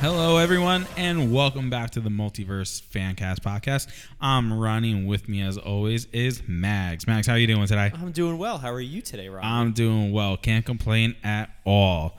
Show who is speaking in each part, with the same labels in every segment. Speaker 1: Hello, everyone, and welcome back to the Multiverse Fancast podcast. I'm Ronnie, and with me, as always, is Mags. Mags, how you doing today?
Speaker 2: I'm doing well. How are you today, Rob?
Speaker 1: I'm doing well. Can't complain at all.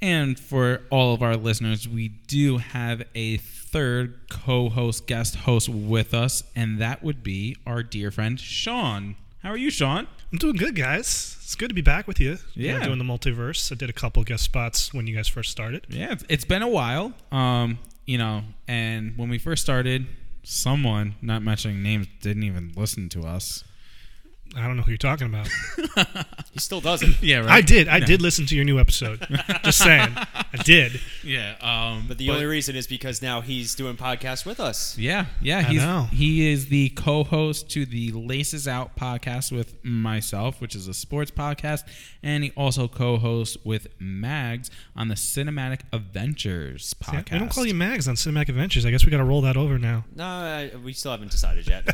Speaker 1: And for all of our listeners, we do have a third co-host, guest host with us, and that would be our dear friend Sean. How are you, Sean?
Speaker 3: I'm doing good, guys. It's good to be back with you. You know,
Speaker 1: Yeah.
Speaker 3: doing the multiverse. I did a couple guest spots when you guys first started.
Speaker 1: Yeah, it's- it's been a while. Um, you know, and when we first started, someone, not mentioning names, didn't even listen to us.
Speaker 3: I don't know who you're talking about.
Speaker 2: He still doesn't.
Speaker 1: Yeah, right.
Speaker 3: I did. I
Speaker 1: No.
Speaker 3: did listen to your new episode. Just saying. I did.
Speaker 1: Yeah. Um,
Speaker 2: But the only reason is because now he's doing podcasts with us.
Speaker 1: yeah, yeah,
Speaker 3: I
Speaker 1: he's
Speaker 3: know.
Speaker 1: he is the co-host to the Laces Out podcast with myself, which is a sports podcast, and he also co-hosts with Mags on the Cinematic Adventures
Speaker 3: Yeah,
Speaker 1: podcast.
Speaker 3: we don't call you Mags on Cinematic Adventures. I guess we got to roll that over now.
Speaker 2: No, I, we still haven't decided yet.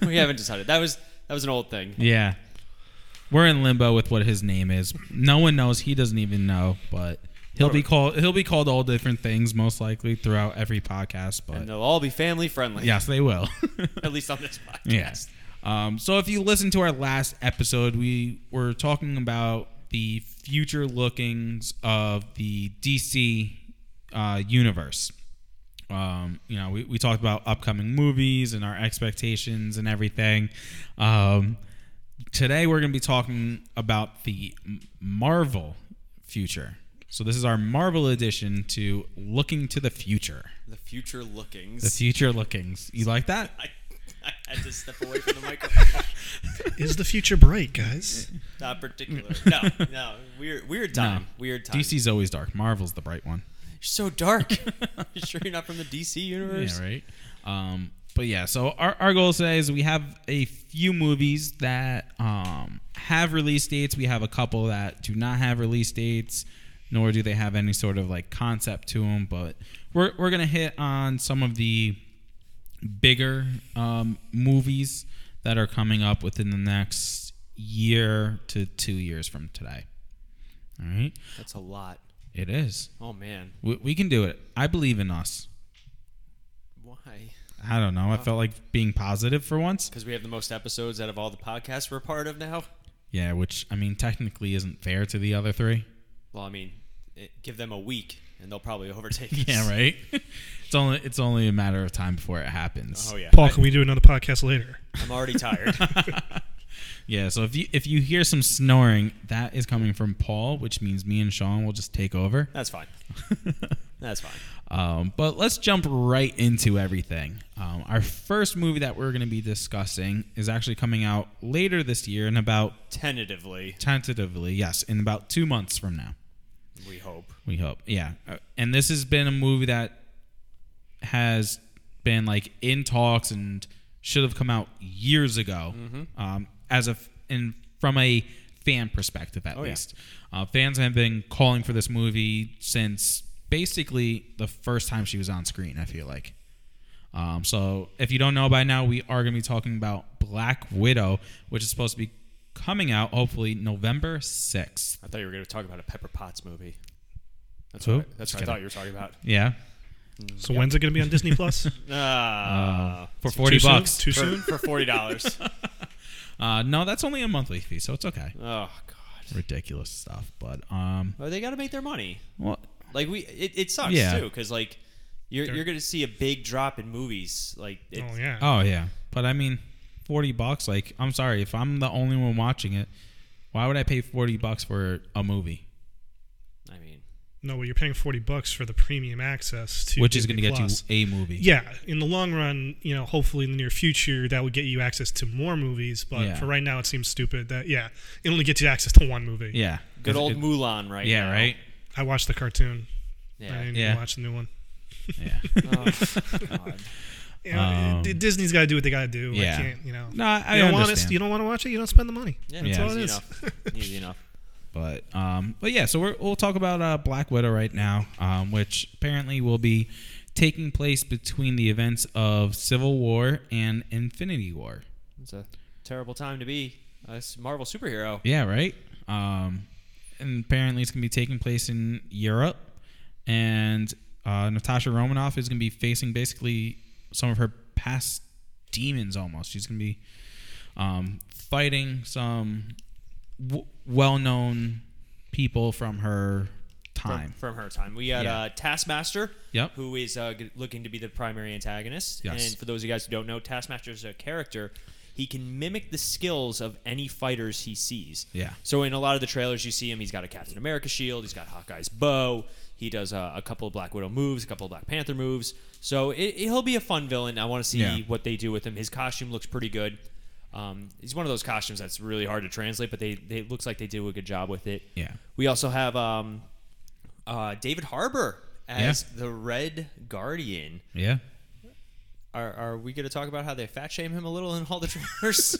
Speaker 2: we haven't decided. That was that was an old thing.
Speaker 1: Yeah, we're in limbo with what his name is. No one knows. He doesn't even know, but. He'll be called. He'll be called all different things, most likely throughout every podcast.
Speaker 2: And
Speaker 1: But
Speaker 2: they'll all be family friendly.
Speaker 1: yes, they will.
Speaker 2: At least on this podcast.
Speaker 1: Yes. Um, so if you listen to our last episode, we were talking about the future lookings of the DC uh, universe. Um, you know, we, we talked about upcoming movies and our expectations and everything. Um, today we're going to be talking about the M- Marvel future. So this is our Marvel edition to looking to the future.
Speaker 2: The future lookings.
Speaker 1: The future lookings. You like that?
Speaker 2: I, I had to step away from the microphone.
Speaker 3: Is the future bright, guys?
Speaker 2: Not particular. No, no. Weird, weird time.
Speaker 1: No.
Speaker 2: Weird time.
Speaker 1: DC's always dark. Marvel's the bright one.
Speaker 2: You're so dark. you sure you're not from the DC universe?
Speaker 1: Yeah, right. Um, but yeah, so our, our goal today is we have a few movies that um, have release dates. We have a couple that do not have release dates, nor do they have any sort of like concept to them. But we're, we're going to hit on some of the bigger um, movies that are coming up within the next year to two years from today. All right.
Speaker 2: That's a lot.
Speaker 1: It is.
Speaker 2: Oh, man.
Speaker 1: We, we can do it. I believe in us.
Speaker 2: Why?
Speaker 1: I don't know. I felt like being positive for once.
Speaker 2: Because we have the most episodes out of all the podcasts we're part of now.
Speaker 1: Yeah, which I mean technically isn't fair to the other three.
Speaker 2: Well, I mean, it, give them a week and they'll probably overtake us.
Speaker 1: Yeah, right. it's only it's only a matter of time before it happens.
Speaker 2: Oh yeah.
Speaker 3: Paul, can we do another podcast later?
Speaker 2: I, am already tired.
Speaker 1: Yeah, so if you if you hear some snoring, that is coming from Paul, which means me and Sean will just take over.
Speaker 2: That's fine. That's fine.
Speaker 1: Um, but let's jump right into everything. Um, our first movie that we're going to be discussing is actually coming out later this year, in about
Speaker 2: Tentatively,
Speaker 1: tentatively, yes, in about two months from now.
Speaker 2: we hope.
Speaker 1: We hope. Yeah. Uh, And this has been a movie that has been like in talks and should have come out years ago.
Speaker 3: Mm-hmm.
Speaker 1: Um, as a f- and from a fan perspective,
Speaker 3: Oh,
Speaker 1: at
Speaker 2: yeah.
Speaker 1: least, uh, fans have been calling for this movie since basically the first time she was on screen. I feel like. Um, so if you don't know by now, we are going to be talking about Black Widow, which is supposed to be coming out hopefully November sixth.
Speaker 2: I thought you were going to talk about a Pepper Potts movie. That's
Speaker 1: Who?
Speaker 2: what I, that's
Speaker 1: Just
Speaker 2: what I
Speaker 1: kidding.
Speaker 2: thought you were talking about.
Speaker 1: Yeah,
Speaker 3: So when's it going to be on Disney Plus?
Speaker 2: Ah,
Speaker 1: for forty
Speaker 3: Too soon?
Speaker 1: bucks.
Speaker 3: Too
Speaker 2: for,
Speaker 3: soon?
Speaker 2: for forty dollars.
Speaker 1: Uh, no, that's only a monthly fee, so it's okay.
Speaker 2: oh God.
Speaker 1: Ridiculous stuff, but um,
Speaker 2: Well, they got to make their money.
Speaker 1: well,
Speaker 2: Like we, it, it sucks too,
Speaker 1: Yeah.
Speaker 2: 'cause too, because like you're you're going to see a big drop in movies. Like it,
Speaker 3: Oh, yeah.
Speaker 1: oh yeah, but I mean, forty bucks. Like, I'm sorry if I'm the only one watching it. Why would I pay forty bucks for a movie,
Speaker 2: I mean,
Speaker 3: No, well, you're paying 40 bucks for the premium access to
Speaker 1: which is
Speaker 3: Disney
Speaker 1: going to get
Speaker 3: Plus.
Speaker 1: you a movie?
Speaker 3: yeah, in the long run, you know, hopefully in the near future, that would get you access to more movies. But
Speaker 1: Yeah.
Speaker 3: for right now, it seems stupid that yeah, it only gets you access to one movie.
Speaker 1: yeah,
Speaker 2: good
Speaker 1: It-
Speaker 2: old
Speaker 1: it-
Speaker 2: Mulan, right?
Speaker 1: yeah,
Speaker 2: now.
Speaker 1: right.
Speaker 3: I watched the cartoon. I
Speaker 2: Yeah.
Speaker 3: didn't
Speaker 1: Yeah.
Speaker 3: even watch the new one.
Speaker 1: Yeah.
Speaker 2: oh, God.
Speaker 3: You know,
Speaker 1: Um,
Speaker 3: D- Disney's got to do what they got to do.
Speaker 1: yeah.
Speaker 3: I can't, you know.
Speaker 1: No, I
Speaker 3: you don't want
Speaker 1: understand.
Speaker 3: to. You don't want to watch it. You don't spend the money.
Speaker 2: Yeah,
Speaker 1: That's all
Speaker 2: easy
Speaker 3: it is.
Speaker 2: enough. easy enough.
Speaker 1: But um, but yeah, so we're, we'll talk about uh, Black Widow right now, um, which apparently will be taking place between the events of Civil War and Infinity War.
Speaker 2: It's a terrible time to be a s- Marvel superhero.
Speaker 1: Yeah, right. Um, and apparently it's going to be taking place in Europe, and Uh, Natasha Romanoff is going to be facing basically some of her past demons almost. She's going to be um, fighting some w- well known people from her time.
Speaker 2: From, from her time. We had
Speaker 1: Yeah.
Speaker 2: uh, Taskmaster,
Speaker 1: Yep.
Speaker 2: who is uh, g- looking to be the primary antagonist.
Speaker 1: Yes.
Speaker 2: And for those of you guys who don't know, Taskmaster is a character. He can mimic the skills of any fighters he sees.
Speaker 1: Yeah.
Speaker 2: So in a lot of the trailers, you see him. He's got a Captain America shield. He's got Hawkeye's bow. He does uh, a couple of Black Widow moves, a couple of Black Panther moves. So it, it- he'll be a fun villain. I want to see
Speaker 1: Yeah.
Speaker 2: what they do with him. His costume looks pretty good. Um, he's one of those costumes that's really hard to translate, but they, they it looks like they do a good job with it.
Speaker 1: Yeah.
Speaker 2: We also have um, uh, David Harbour as the Red Guardian.
Speaker 1: Yeah.
Speaker 2: Are, are we going to talk about how they fat shame him a little in all the trailers?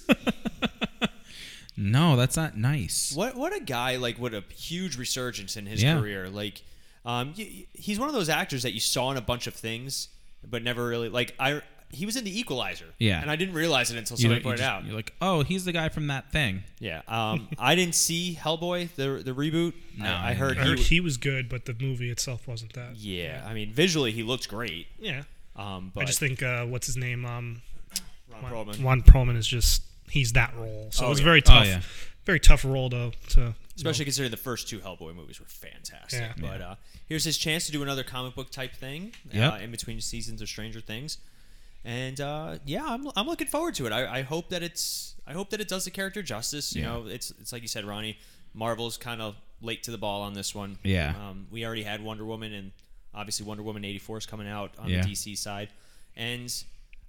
Speaker 1: No, that's not nice.
Speaker 2: what what a guy! Like what a huge resurgence in his
Speaker 1: Yeah.
Speaker 2: career. Like, um, y- y- he's one of those actors that you saw in a bunch of things, but never really like I. He was in The Equalizer.
Speaker 1: Yeah.
Speaker 2: and I didn't realize it until
Speaker 1: You don't-
Speaker 2: somebody
Speaker 1: you
Speaker 2: pointed
Speaker 1: just-
Speaker 2: out.
Speaker 1: You're like, oh, he's the guy from that thing.
Speaker 2: Yeah, um, I didn't see Hellboy the the reboot.
Speaker 1: No,
Speaker 2: I, I heard
Speaker 3: I heard
Speaker 2: he.
Speaker 3: he was good, but the movie itself wasn't that.
Speaker 2: yeah, I mean visually he looked great.
Speaker 3: Yeah.
Speaker 2: Um, but
Speaker 3: I just think uh, what's his name? Um,
Speaker 2: Ron
Speaker 3: Juan
Speaker 2: Perlman.
Speaker 3: Perlman. Juan Perlman is just he's that role. So
Speaker 2: Oh,
Speaker 3: it was
Speaker 2: yeah.
Speaker 3: very
Speaker 1: Oh,
Speaker 3: tough.
Speaker 1: yeah.
Speaker 3: Very tough role to to
Speaker 2: Especially considering the first two Hellboy movies were fantastic.
Speaker 3: Yeah.
Speaker 2: But uh, here's his chance to do another comic book type thing uh,
Speaker 1: Yep.
Speaker 2: in between seasons of Stranger Things, and uh, yeah, I'm, I'm looking forward to it. I, I hope that it's I hope that it does the character justice. You
Speaker 1: Yeah.
Speaker 2: know, it's it's like you said, Ronnie. Marvel's kind of late to the ball on this one.
Speaker 1: Yeah.
Speaker 2: um, we already had Wonder Woman, and obviously Wonder Woman '84 is coming out on
Speaker 1: Yeah.
Speaker 2: the DC side, and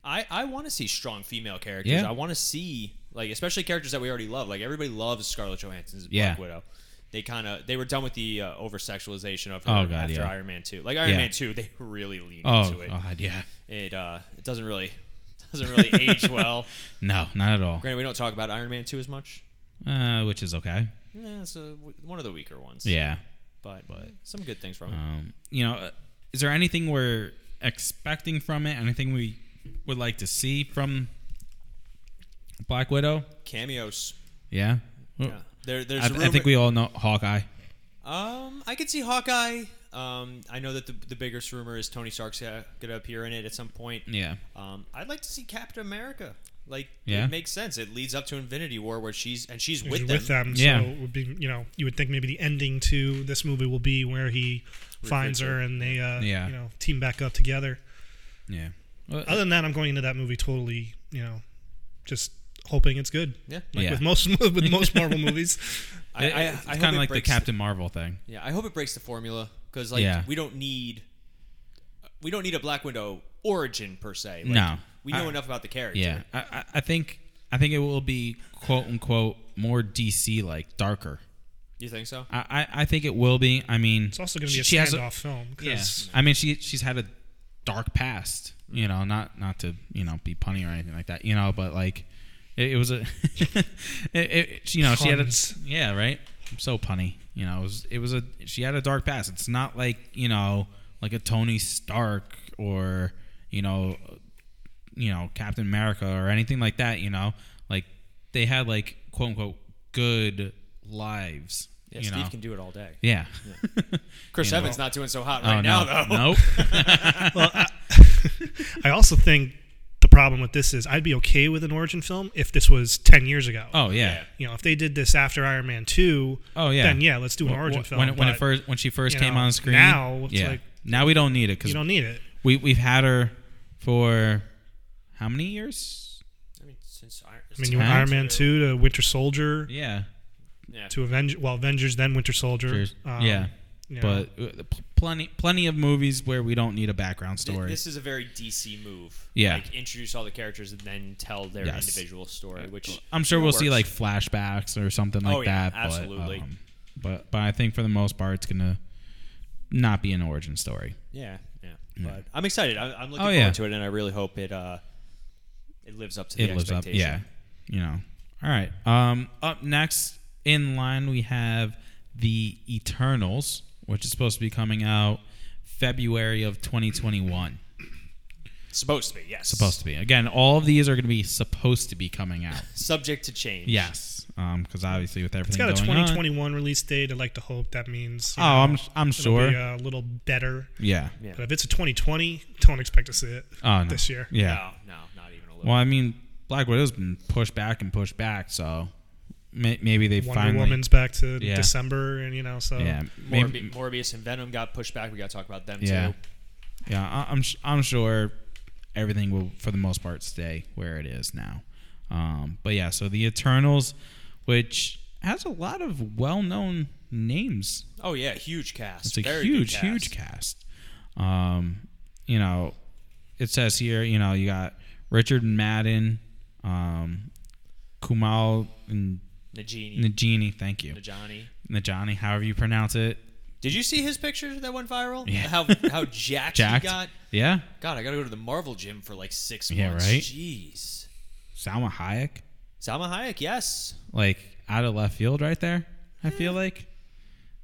Speaker 2: I I want to see strong female characters.
Speaker 1: Yeah.
Speaker 2: I want to see like especially characters that we already love. Like everybody loves Scarlett Johansson's
Speaker 1: Yeah.
Speaker 2: Black Widow. They kind of they were done with the uh, over sexualization of her
Speaker 1: Oh, God,
Speaker 2: after
Speaker 1: yeah.
Speaker 2: Iron Man two. Like Iron
Speaker 1: Yeah.
Speaker 2: Man two, they really lean
Speaker 1: Oh,
Speaker 2: into it.
Speaker 1: God, yeah.
Speaker 2: It uh, it doesn't really doesn't really age well.
Speaker 1: No, not at all.
Speaker 2: Granted, we don't talk about Iron Man two as much.
Speaker 1: Uh, which is okay.
Speaker 2: Yeah, it's uh, w one of the weaker ones.
Speaker 1: Yeah.
Speaker 2: but, some good things from it.
Speaker 1: Um, you know, uh, is there anything we're expecting from it? Anything we would like to see from Black Widow?
Speaker 2: cameos.
Speaker 1: Yeah.
Speaker 2: Yeah. There, there's
Speaker 1: I,
Speaker 2: a
Speaker 1: th- I
Speaker 2: rumor-
Speaker 1: think we all know Hawkeye.
Speaker 2: Um, I could see Hawkeye. Um, I know that the, the biggest rumor is Tony Stark's uh, gonna appear in it at some point.
Speaker 1: Yeah.
Speaker 2: Um, I'd like to see Captain America. Like,
Speaker 1: Yeah.
Speaker 2: it makes sense. It leads up to Infinity War, where she's and she's
Speaker 3: with,
Speaker 2: with them.
Speaker 3: with them.
Speaker 1: Yeah.
Speaker 3: So it would be you know you would think maybe the ending to this movie will be where he finds her
Speaker 2: her.
Speaker 3: and they uh,
Speaker 1: Yeah.
Speaker 3: you know team back up together.
Speaker 1: Yeah. Well,
Speaker 3: Other than that, I'm going into that movie totally you know just hoping it's good.
Speaker 2: Yeah,
Speaker 3: Like
Speaker 1: Yeah.
Speaker 3: with most with most Marvel movies.
Speaker 2: I,
Speaker 1: it-
Speaker 2: I,
Speaker 1: it's
Speaker 2: I hope
Speaker 1: kind
Speaker 2: it
Speaker 1: of like the
Speaker 2: breaks
Speaker 1: Captain Marvel thing.
Speaker 2: yeah, I hope it breaks the formula because like
Speaker 1: Yeah.
Speaker 2: we don't need we don't need a Black Widow origin per se. Like,
Speaker 1: No.
Speaker 2: we know
Speaker 1: I-
Speaker 2: enough about the character.
Speaker 1: Yeah. I, I, I think I think it will be quote unquote more DC like, darker.
Speaker 2: you think so?
Speaker 1: I, I, I think it will be. I mean,
Speaker 3: It's also going to be a
Speaker 1: she has
Speaker 3: standoff film because
Speaker 1: Yeah. I mean, she she's had a dark past, you know, not not to, you know, be punny or anything like that, you know, but like it, it was a it, it, you know, she had a
Speaker 3: Puns.
Speaker 1: yeah, right? I'm so punny. You know, it was it was a she had a dark past. It's not like, you know, like a Tony Stark or, you know, you know, Captain America or anything like that, you know. Like they had like quote unquote good lives.
Speaker 2: Yeah,
Speaker 1: you
Speaker 2: Steve
Speaker 1: know?
Speaker 2: can do it all day.
Speaker 1: yeah.
Speaker 2: Chris
Speaker 1: You know.
Speaker 2: Evans not doing so hot
Speaker 1: Oh
Speaker 2: right
Speaker 1: no.
Speaker 2: now though.
Speaker 1: Nope.
Speaker 3: I also think the problem with this is I'd be okay with an origin film if this was ten years ago.
Speaker 1: Oh yeah.
Speaker 2: Yeah.
Speaker 3: You know, if they did this after Iron Man two,
Speaker 1: Oh, yeah.
Speaker 3: then yeah, let's do an
Speaker 1: Wh-
Speaker 3: origin
Speaker 1: wh-
Speaker 3: film.
Speaker 1: When it, when it
Speaker 3: but
Speaker 1: first when she first
Speaker 3: you
Speaker 1: came
Speaker 3: know,
Speaker 1: on screen.
Speaker 3: now it's
Speaker 1: yeah.
Speaker 3: like-
Speaker 1: now we don't need it
Speaker 3: you
Speaker 1: because
Speaker 3: don't need it.
Speaker 1: we we've had her for how many years?
Speaker 2: I mean, since Iron,
Speaker 3: I mean, you went
Speaker 1: Huh?
Speaker 3: Iron Man two to Winter Soldier
Speaker 1: Yeah.
Speaker 2: yeah.
Speaker 3: to Avengers. Well, Avengers then Winter Soldier.
Speaker 1: There's- yeah.
Speaker 3: Um, you know,
Speaker 1: But uh, pl- plenty plenty of movies where we don't need a background
Speaker 2: Th-
Speaker 1: story.
Speaker 2: This is a very DC move.
Speaker 1: Yeah.
Speaker 2: Like introduce all the characters and then tell their
Speaker 1: Yes.
Speaker 2: individual story, which
Speaker 1: I'm sure
Speaker 2: it
Speaker 1: we'll see
Speaker 2: works.
Speaker 1: like flashbacks or something like
Speaker 2: Oh, yeah,
Speaker 1: that.
Speaker 2: absolutely.
Speaker 1: But, um, but but I think for the most part it's gonna not be an origin story.
Speaker 2: Yeah, yeah. But I'm excited. I, I'm looking
Speaker 1: Oh,
Speaker 2: forward
Speaker 1: yeah.
Speaker 2: to it, and I really hope it uh, it lives up to the
Speaker 1: it lives up.
Speaker 2: expectation.
Speaker 1: Yeah, you know. All right. Um, up next in line we have the Eternals, which is supposed to be coming out February of 2021.
Speaker 2: supposed to be. Yes,
Speaker 1: Supposed to be. Again, all of these are going to be supposed to be coming out.
Speaker 2: Subject to change.
Speaker 1: Yes. because obviously with
Speaker 3: It's
Speaker 1: everything
Speaker 3: got a
Speaker 1: going on-
Speaker 3: 2021 release date. I'd like to hope that means. you
Speaker 1: Oh,
Speaker 3: know,
Speaker 1: I'm I'm
Speaker 3: it'll
Speaker 1: sure.
Speaker 3: be uh, a little better.
Speaker 1: yeah.
Speaker 2: Yeah.
Speaker 3: But if it's a 2020, don't expect to see it
Speaker 1: Oh, no.
Speaker 3: this year.
Speaker 1: Yeah.
Speaker 2: No, no, not even a little.
Speaker 1: Well, I mean, Black Widow's been pushed back and pushed back, so may- maybe they
Speaker 3: Wonder
Speaker 1: finally.
Speaker 3: Woman's uh, back to
Speaker 1: Yeah.
Speaker 3: December, and you know, so
Speaker 1: Yeah.
Speaker 2: Morbi-
Speaker 1: Maybe,
Speaker 2: Morbius and Venom got pushed back. We got to talk about them
Speaker 1: yeah.
Speaker 2: too.
Speaker 1: Yeah. I- I'm s- I'm sure everything will, for the most part, stay where it is now. Um, but yeah, so the Eternals, which has a lot of well-known names
Speaker 2: Oh yeah, huge cast.
Speaker 1: It's a
Speaker 2: Very good
Speaker 1: huge,
Speaker 2: cast.
Speaker 1: huge cast. Um, you know, it says here, you know, you got Richard Madden, um, Kumal and
Speaker 2: Najini,
Speaker 1: Najini. Thank you,
Speaker 2: Najani.
Speaker 1: Najani. However you pronounce it,
Speaker 2: Did you see his picture that went viral?
Speaker 1: Yeah.
Speaker 2: How how jacked,
Speaker 1: Jack.
Speaker 2: he got.
Speaker 1: Yeah,
Speaker 2: God, I got to go to the Marvel gym for like six
Speaker 1: Yeah,
Speaker 2: months.
Speaker 1: right?
Speaker 2: Jeez.
Speaker 1: Salma Hayek,
Speaker 2: Salma Hayek, yes.
Speaker 1: like out of left field, right there. I feel like.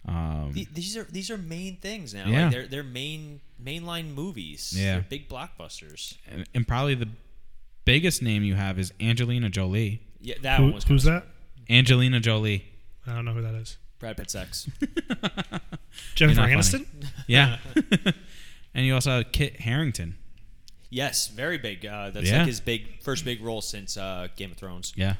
Speaker 1: Um,
Speaker 2: The- These are these are main things now.
Speaker 1: Yeah.
Speaker 2: Like they're they're main mainline movies.
Speaker 1: Yeah.
Speaker 2: They're big blockbusters.
Speaker 1: and, and probably the biggest name you have is Angelina Jolie.
Speaker 2: Yeah, that
Speaker 3: Who-
Speaker 2: one was
Speaker 3: who's that?
Speaker 1: Angelina Jolie.
Speaker 3: I don't know who that is.
Speaker 2: Brad Pitt's ex.
Speaker 3: Jennifer
Speaker 1: not
Speaker 3: Aniston.
Speaker 1: Yeah. and you also have Kit Harrington.
Speaker 2: yes, very big. Uh, that's
Speaker 1: Yeah.
Speaker 2: like his big first big role since uh, Game of Thrones.
Speaker 1: Yeah.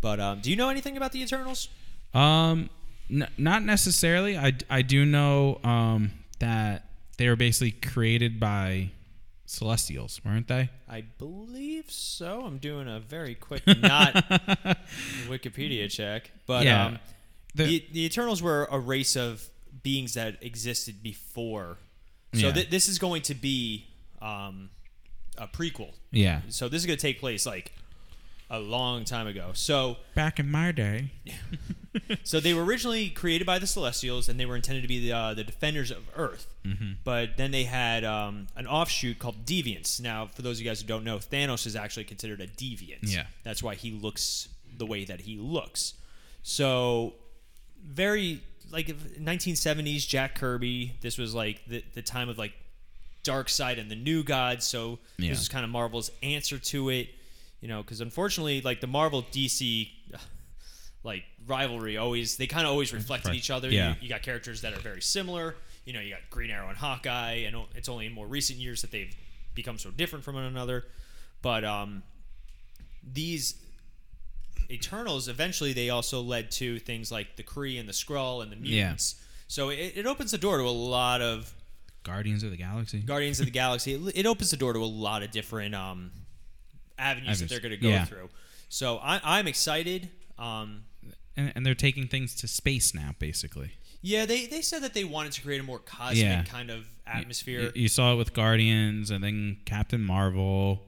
Speaker 2: But um, do you know anything about the Eternals?
Speaker 1: Um, n- not necessarily. I, I do know um, that they were basically created by celestials, weren't they?
Speaker 2: I believe so. I'm doing a very quick not Wikipedia check, but
Speaker 1: Yeah.
Speaker 2: um,
Speaker 1: The-
Speaker 2: the, the Eternals were a race of beings that existed before. So
Speaker 1: Yeah.
Speaker 2: thi- this is going to be um, a prequel.
Speaker 1: Yeah.
Speaker 2: So this is going to take place like a long time ago. So
Speaker 1: Back in my day.
Speaker 2: so they were originally created by the Celestials, and they were intended to be the, uh, the defenders of Earth.
Speaker 1: Mm-hmm.
Speaker 2: But then they had um, an offshoot called Deviants. Now, for those of you guys who don't know, Thanos is actually considered a deviant.
Speaker 1: Yeah.
Speaker 2: that's why he looks the way that he looks. So very like if- 1970s Jack Kirby. This was like the, the time of like Dark Side and the New Gods. So
Speaker 1: Yeah.
Speaker 2: this is kind of Marvel's answer to it, you know, because unfortunately, like the Marvel DC like rivalry always they kind of always reflected
Speaker 1: Right.
Speaker 2: each other.
Speaker 1: Yeah.
Speaker 2: You, you got characters that are very similar. You know, you got Green Arrow and Hawkeye, and o- it's only in more recent years that they've become so different from one another. But um, these Eternals eventually they also led to things like the Kree and the Skrull and the mutants. So it, it opens the door to a lot of
Speaker 1: Guardians of the Galaxy.
Speaker 2: Guardians of the Galaxy. It, it opens the door to a lot of different um, avenues
Speaker 1: Avenues.
Speaker 2: that they're going to go
Speaker 1: Yeah.
Speaker 2: through. So I, I'm excited. Um,
Speaker 1: and, and they're taking things to space now, basically.
Speaker 2: yeah, they, they said that they wanted to create a more cosmic
Speaker 1: Yeah.
Speaker 2: kind of
Speaker 1: Y-
Speaker 2: atmosphere.
Speaker 1: y- You, saw it with Guardians and then Captain Marvel.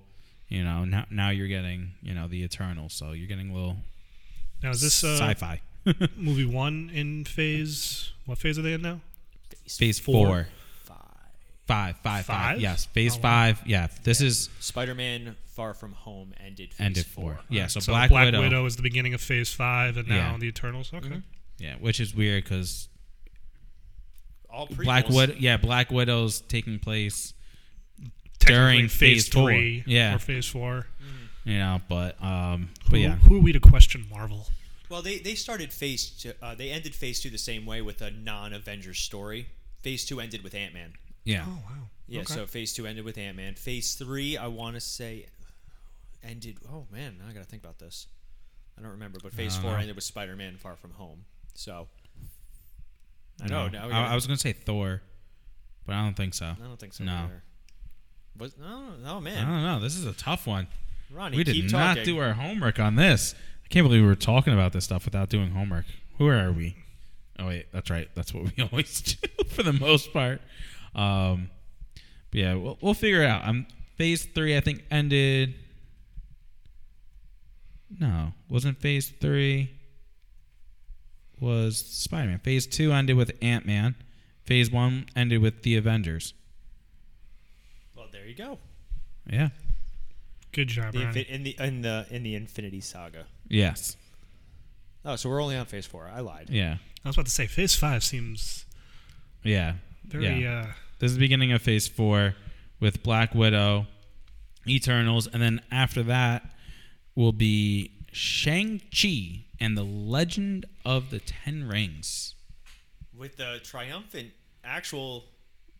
Speaker 1: You know, now, now you're getting, you know, the Eternals. So you're getting a little
Speaker 3: Now is this uh,
Speaker 1: sci-fi.
Speaker 3: movie one in phase? What phase are they in now?
Speaker 1: Phase
Speaker 3: four.
Speaker 1: four.
Speaker 2: Five.
Speaker 1: Five, five, five.
Speaker 3: Five?
Speaker 1: Yes, phase
Speaker 3: Oh, wow.
Speaker 1: five. Yeah, this is
Speaker 2: Spider-Man: Far From Home ended. Phase
Speaker 1: end of
Speaker 2: four.
Speaker 1: four. Yeah, so,
Speaker 3: So,
Speaker 1: Black, Widow.
Speaker 3: is the beginning of phase five, and now
Speaker 1: Yeah.
Speaker 3: the Eternals. Okay.
Speaker 2: Mm-hmm.
Speaker 1: Yeah, which is weird because
Speaker 2: All prequels.
Speaker 1: Black Widow. Yeah, Black Widow's taking place.
Speaker 3: Technically
Speaker 1: During phase four.
Speaker 3: three,
Speaker 1: Yeah.
Speaker 3: or phase four.
Speaker 1: You know, but um,
Speaker 3: Who,
Speaker 1: but yeah,
Speaker 3: who are we to question Marvel?
Speaker 2: Well, they they started phase two. Uh, they ended phase two the same way with a non-Avengers story. Phase two ended with Ant-Man.
Speaker 1: yeah,
Speaker 3: Oh wow.
Speaker 2: Yeah,
Speaker 3: Okay.
Speaker 2: so phase two ended with Ant Man. Phase three, I want to say, ended. Oh man, now I gotta think about this. I don't remember, but phase
Speaker 1: don't
Speaker 2: four
Speaker 1: know.
Speaker 2: ended with Spider Man Far From Home. So I know.
Speaker 1: No,
Speaker 2: Now we
Speaker 1: I,
Speaker 2: gotta-
Speaker 1: I was gonna say Thor, but I don't think so.
Speaker 2: I don't think so.
Speaker 1: No.
Speaker 2: either. Was no, no
Speaker 1: I
Speaker 2: man,
Speaker 1: don't know. This is a tough one.
Speaker 2: Ronnie,
Speaker 1: We
Speaker 2: keep
Speaker 1: did not
Speaker 2: talking.
Speaker 1: do our homework on this. I can't believe we were talking about this stuff without doing homework. Who are we? Oh wait, that's right. That's what we always do for the most part. Um, but yeah, we'll, we'll figure it out. Um, phase three, I think, ended. No, wasn't phase three. Was Spider Man phase two ended with Ant Man? Phase one ended with the Avengers.
Speaker 2: well, there you go.
Speaker 1: Yeah.
Speaker 3: Good job,
Speaker 2: The,
Speaker 3: Ronnie.
Speaker 2: infi- in the in the in the Infinity Saga.
Speaker 1: Yes.
Speaker 2: Oh, so we're only on phase four. I lied.
Speaker 1: Yeah.
Speaker 3: I was about to say phase five seems
Speaker 1: Yeah. yeah.
Speaker 3: very uh,
Speaker 1: This is the beginning of Phase Four with Black Widow, Eternals, and then after that will be Shang Chi and The Legend of the Ten Rings.
Speaker 2: with the triumphant actual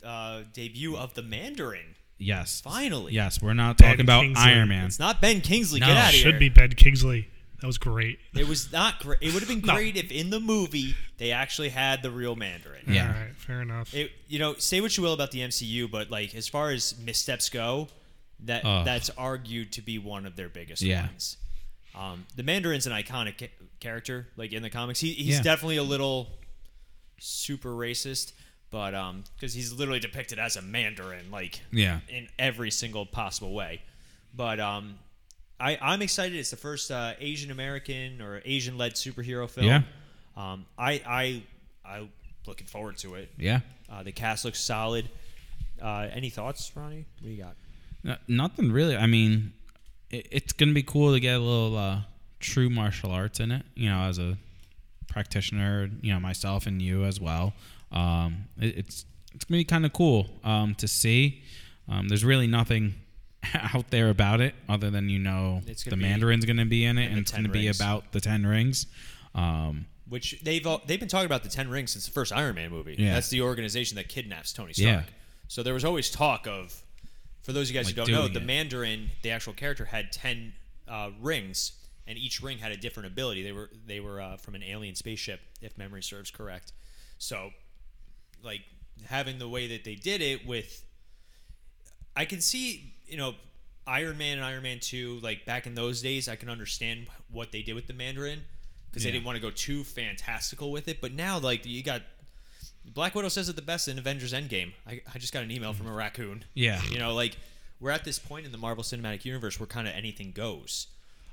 Speaker 2: uh, debut of the Mandarin.
Speaker 1: Yes.
Speaker 2: Finally.
Speaker 1: Yes, we're not
Speaker 3: Ben
Speaker 1: talking about
Speaker 3: Kingsley.
Speaker 1: Iron Man.
Speaker 2: It's not Ben Kingsley.
Speaker 1: No,
Speaker 2: Get out of
Speaker 1: outta
Speaker 3: Should
Speaker 2: here.
Speaker 3: be Ben Kingsley. That was great.
Speaker 2: It was not great. It would have been great if in the movie they actually had the real Mandarin.
Speaker 1: Yeah.
Speaker 3: All right, fair enough.
Speaker 2: It, you know, say what you will about the MCU, but like as far as missteps go, that
Speaker 1: Ugh.
Speaker 2: that's argued to be one of their biggest
Speaker 1: Yeah.
Speaker 2: ones. Um, the Mandarin's an iconic ca- character, like in the comics. He, he's
Speaker 1: Yeah.
Speaker 2: definitely a little super racist, but um, because he's literally depicted as a Mandarin, like
Speaker 1: Yeah.
Speaker 2: in every single possible way. But um, I, I'm excited. It's the first uh, Asian American or Asian led superhero film.
Speaker 1: Yeah.
Speaker 2: Um, I I I looking forward to it.
Speaker 1: Yeah.
Speaker 2: Uh, the cast looks solid. Uh, any thoughts, Ronnie? What do you got?
Speaker 1: Uh, nothing really. I mean, it, it's gonna be cool to get a little uh, true martial arts in it. You know, as a practitioner, you know myself and you as well. Um, it, it's it's gonna be kind of cool um, to see. Um, there's really nothing out there about it other than you know
Speaker 2: It's
Speaker 1: the
Speaker 2: gonna be-
Speaker 1: Mandarin's gonna be in it, and,
Speaker 2: the
Speaker 1: it's
Speaker 2: 10
Speaker 1: gonna be
Speaker 2: rings.
Speaker 1: about the Ten Rings. Um,
Speaker 2: Which they've all, they've been talking about the Ten Rings since the first Iron Man movie.
Speaker 1: Yeah.
Speaker 2: That's the organization that kidnaps Tony Stark.
Speaker 1: Yeah.
Speaker 2: So there was always talk of, for those of you guys
Speaker 1: Like
Speaker 2: who don't know,
Speaker 1: doing
Speaker 2: the
Speaker 1: it.
Speaker 2: Mandarin, the actual character, had ten uh, rings, and each ring had a different ability. They were they were uh, from an alien spaceship, if memory serves correct. So, like having the way that they did it with, I can see you know. Iron Man and Iron Man 2, like back in those days, I can understand what they did with the Mandarin because
Speaker 1: Yeah.
Speaker 2: they didn't want to go too fantastical with it. But now, like, you got Black Widow says it the best in Avengers Endgame. I, I just got an email from a raccoon.
Speaker 1: Yeah.
Speaker 2: You know, like, we're at this point in the Marvel Cinematic Universe where kind of anything goes.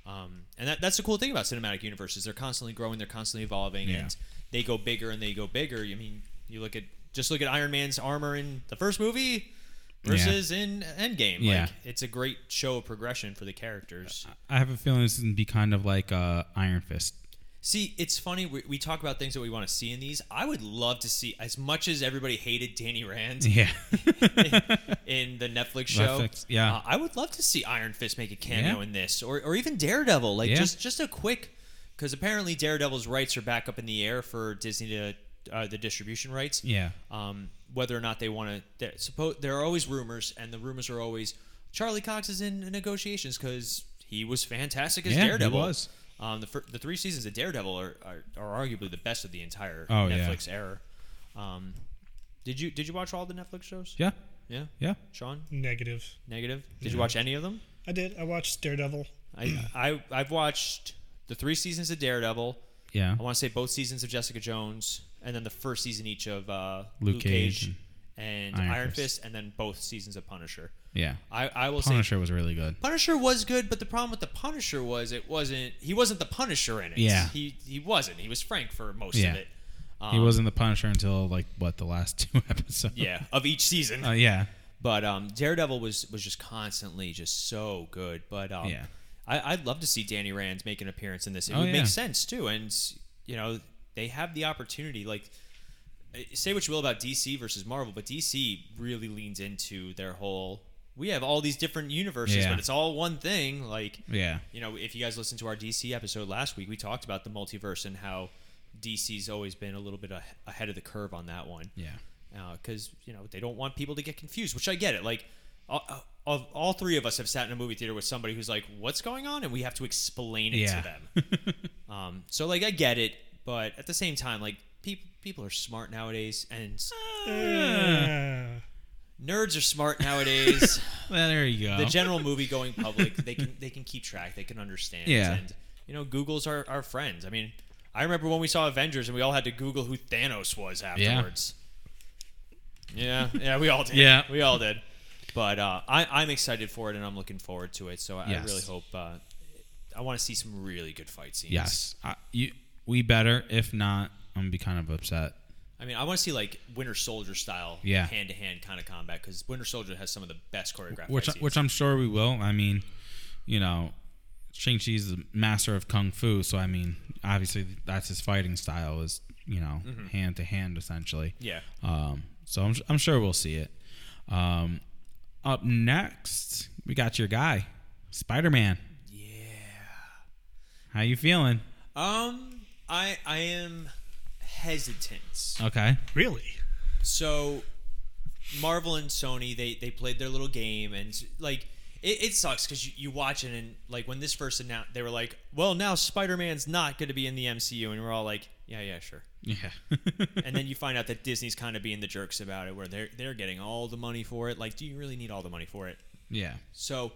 Speaker 2: Um, and that, that's the cool thing about cinematic universes. They're constantly growing, they're constantly evolving,
Speaker 1: Yeah.
Speaker 2: and they go bigger and they go bigger. I mean, you look at just look at Iron Man's armor in the first movie versus in Endgame.
Speaker 1: Yeah. Uh,
Speaker 2: Like, it's a great show of progression for the characters.
Speaker 1: I have a feeling this is gonna be kind of like uh, Iron Fist.
Speaker 2: See, it's funny. We, we talk about things that we want to see in these. I would love to see, as much as everybody hated Danny Rand
Speaker 1: Yeah.
Speaker 2: in the Netflix show,
Speaker 1: Netflix, yeah.
Speaker 2: uh, I would love to see Iron Fist make a cameo
Speaker 1: Yeah.
Speaker 2: in this, or, or even Daredevil. Like
Speaker 1: Yeah.
Speaker 2: just just a quick, because apparently Daredevil's rights are back up in the air for Disney to uh, the distribution rights.
Speaker 1: yeah.
Speaker 2: Um, whether or not they want to, suppose there are always rumors, and the rumors are always Charlie Cox is in negotiations because he was fantastic as
Speaker 1: Yeah, he
Speaker 2: Daredevil.
Speaker 1: was.
Speaker 2: Um, the, fir- the three seasons of Daredevil are, are, are arguably the best of the entire
Speaker 1: Oh, yeah.
Speaker 2: Netflix era. Um, did you did you watch all the Netflix shows?
Speaker 1: Yeah.
Speaker 2: Yeah.
Speaker 1: Yeah.
Speaker 2: Sean,
Speaker 3: Negative.
Speaker 2: negative. Did you watch any of them?
Speaker 3: I did. I watched Daredevil.
Speaker 2: I, I I've watched the three seasons of Daredevil.
Speaker 1: Yeah.
Speaker 2: I want to say both seasons of Jessica Jones, and then the first season each of uh,
Speaker 1: Luke
Speaker 2: Luke,
Speaker 1: Cage
Speaker 2: Cage, and,
Speaker 1: Iron
Speaker 2: Iron,
Speaker 1: Fist.
Speaker 2: Fist. and then both seasons of Punisher.
Speaker 1: Yeah.
Speaker 2: I, I will say
Speaker 1: Punisher was really good.
Speaker 2: Punisher was good, but the problem with the Punisher was it wasn't he wasn't the Punisher in it.
Speaker 1: Yeah.
Speaker 2: he he wasn't. He was Frank for most
Speaker 1: Yeah.
Speaker 2: of it. Um,
Speaker 1: He wasn't the Punisher until like what the last two episodes.
Speaker 2: Yeah, of each season.
Speaker 1: Uh, yeah.
Speaker 2: But um, Daredevil was was just constantly just so good. But um,
Speaker 1: Yeah.
Speaker 2: I, I'd love to see Danny Rand make an appearance in this. It
Speaker 1: Oh,
Speaker 2: would
Speaker 1: yeah.
Speaker 2: make sense too, and you know they have the opportunity. Like, eh, say what you will about DC versus Marvel, but DC really leans into their whole. We have all these different universes,
Speaker 1: Yeah.
Speaker 2: but it's all one thing. Like,
Speaker 1: Yeah.
Speaker 2: you know, if you guys listened to our DC episode last week, we talked about the multiverse and how DC's always been a little bit a- ahead of the curve on that one
Speaker 1: Yeah.
Speaker 2: because Uh, you know they don't want people to get confused, which I get it. Like, all, of all three of us have sat in a movie theater with somebody who's like, "What's going on?" and we have to explain it
Speaker 1: Yeah.
Speaker 2: to them. um, so like, I get it, but at the same time, like, people people are smart nowadays, and s-
Speaker 3: Ah. Uh,
Speaker 2: nerds are smart nowadays.
Speaker 1: Well, there you go.
Speaker 2: the general movie going public, they can they can keep track, they can understand.
Speaker 1: Yeah.
Speaker 2: and you know, Google's our our friends. I mean. I remember when we saw Avengers and we all had to Google who Thanos was afterwards. Yeah, yeah, we all did.
Speaker 1: Yeah.
Speaker 2: we all did. But uh, I, I'm excited for it, and I'm looking forward to it. So I,
Speaker 1: Yes.
Speaker 2: I really hope. Uh, I want to see some really good fight scenes.
Speaker 1: yes. I, you. We better. If not, I'm gonna be kind of upset.
Speaker 2: I mean, I want to see like Winter Soldier style,
Speaker 1: Yeah.
Speaker 2: hand to hand kind of combat because Winter Soldier has some of the best choreographed
Speaker 1: Which,
Speaker 2: fight scenes.
Speaker 1: which I'm sure we will. I mean, you know, Shang Chi's the master of kung fu, so I mean, obviously that's his fighting style is you know hand to hand essentially.
Speaker 2: yeah,
Speaker 1: Um, so I'm, I'm sure we'll see it. Um, up next, we got your guy, Spider Man. Yeah. How you feeling?
Speaker 2: Um, I I am hesitant.
Speaker 1: Okay.
Speaker 3: Really?
Speaker 2: So, Marvel and Sony they they played their little game and like. It, it sucks because you, you watch it and like when this first announced, they were like, "Well, now Spider-Man's not going to be in the MCU," and we're all like, "Yeah, yeah, sure."
Speaker 1: Yeah.
Speaker 2: and then you find out that Disney's kind of being the jerks about it, where they're they're getting all the money for it. Like, do you really need all the money for it?
Speaker 1: yeah.
Speaker 2: So,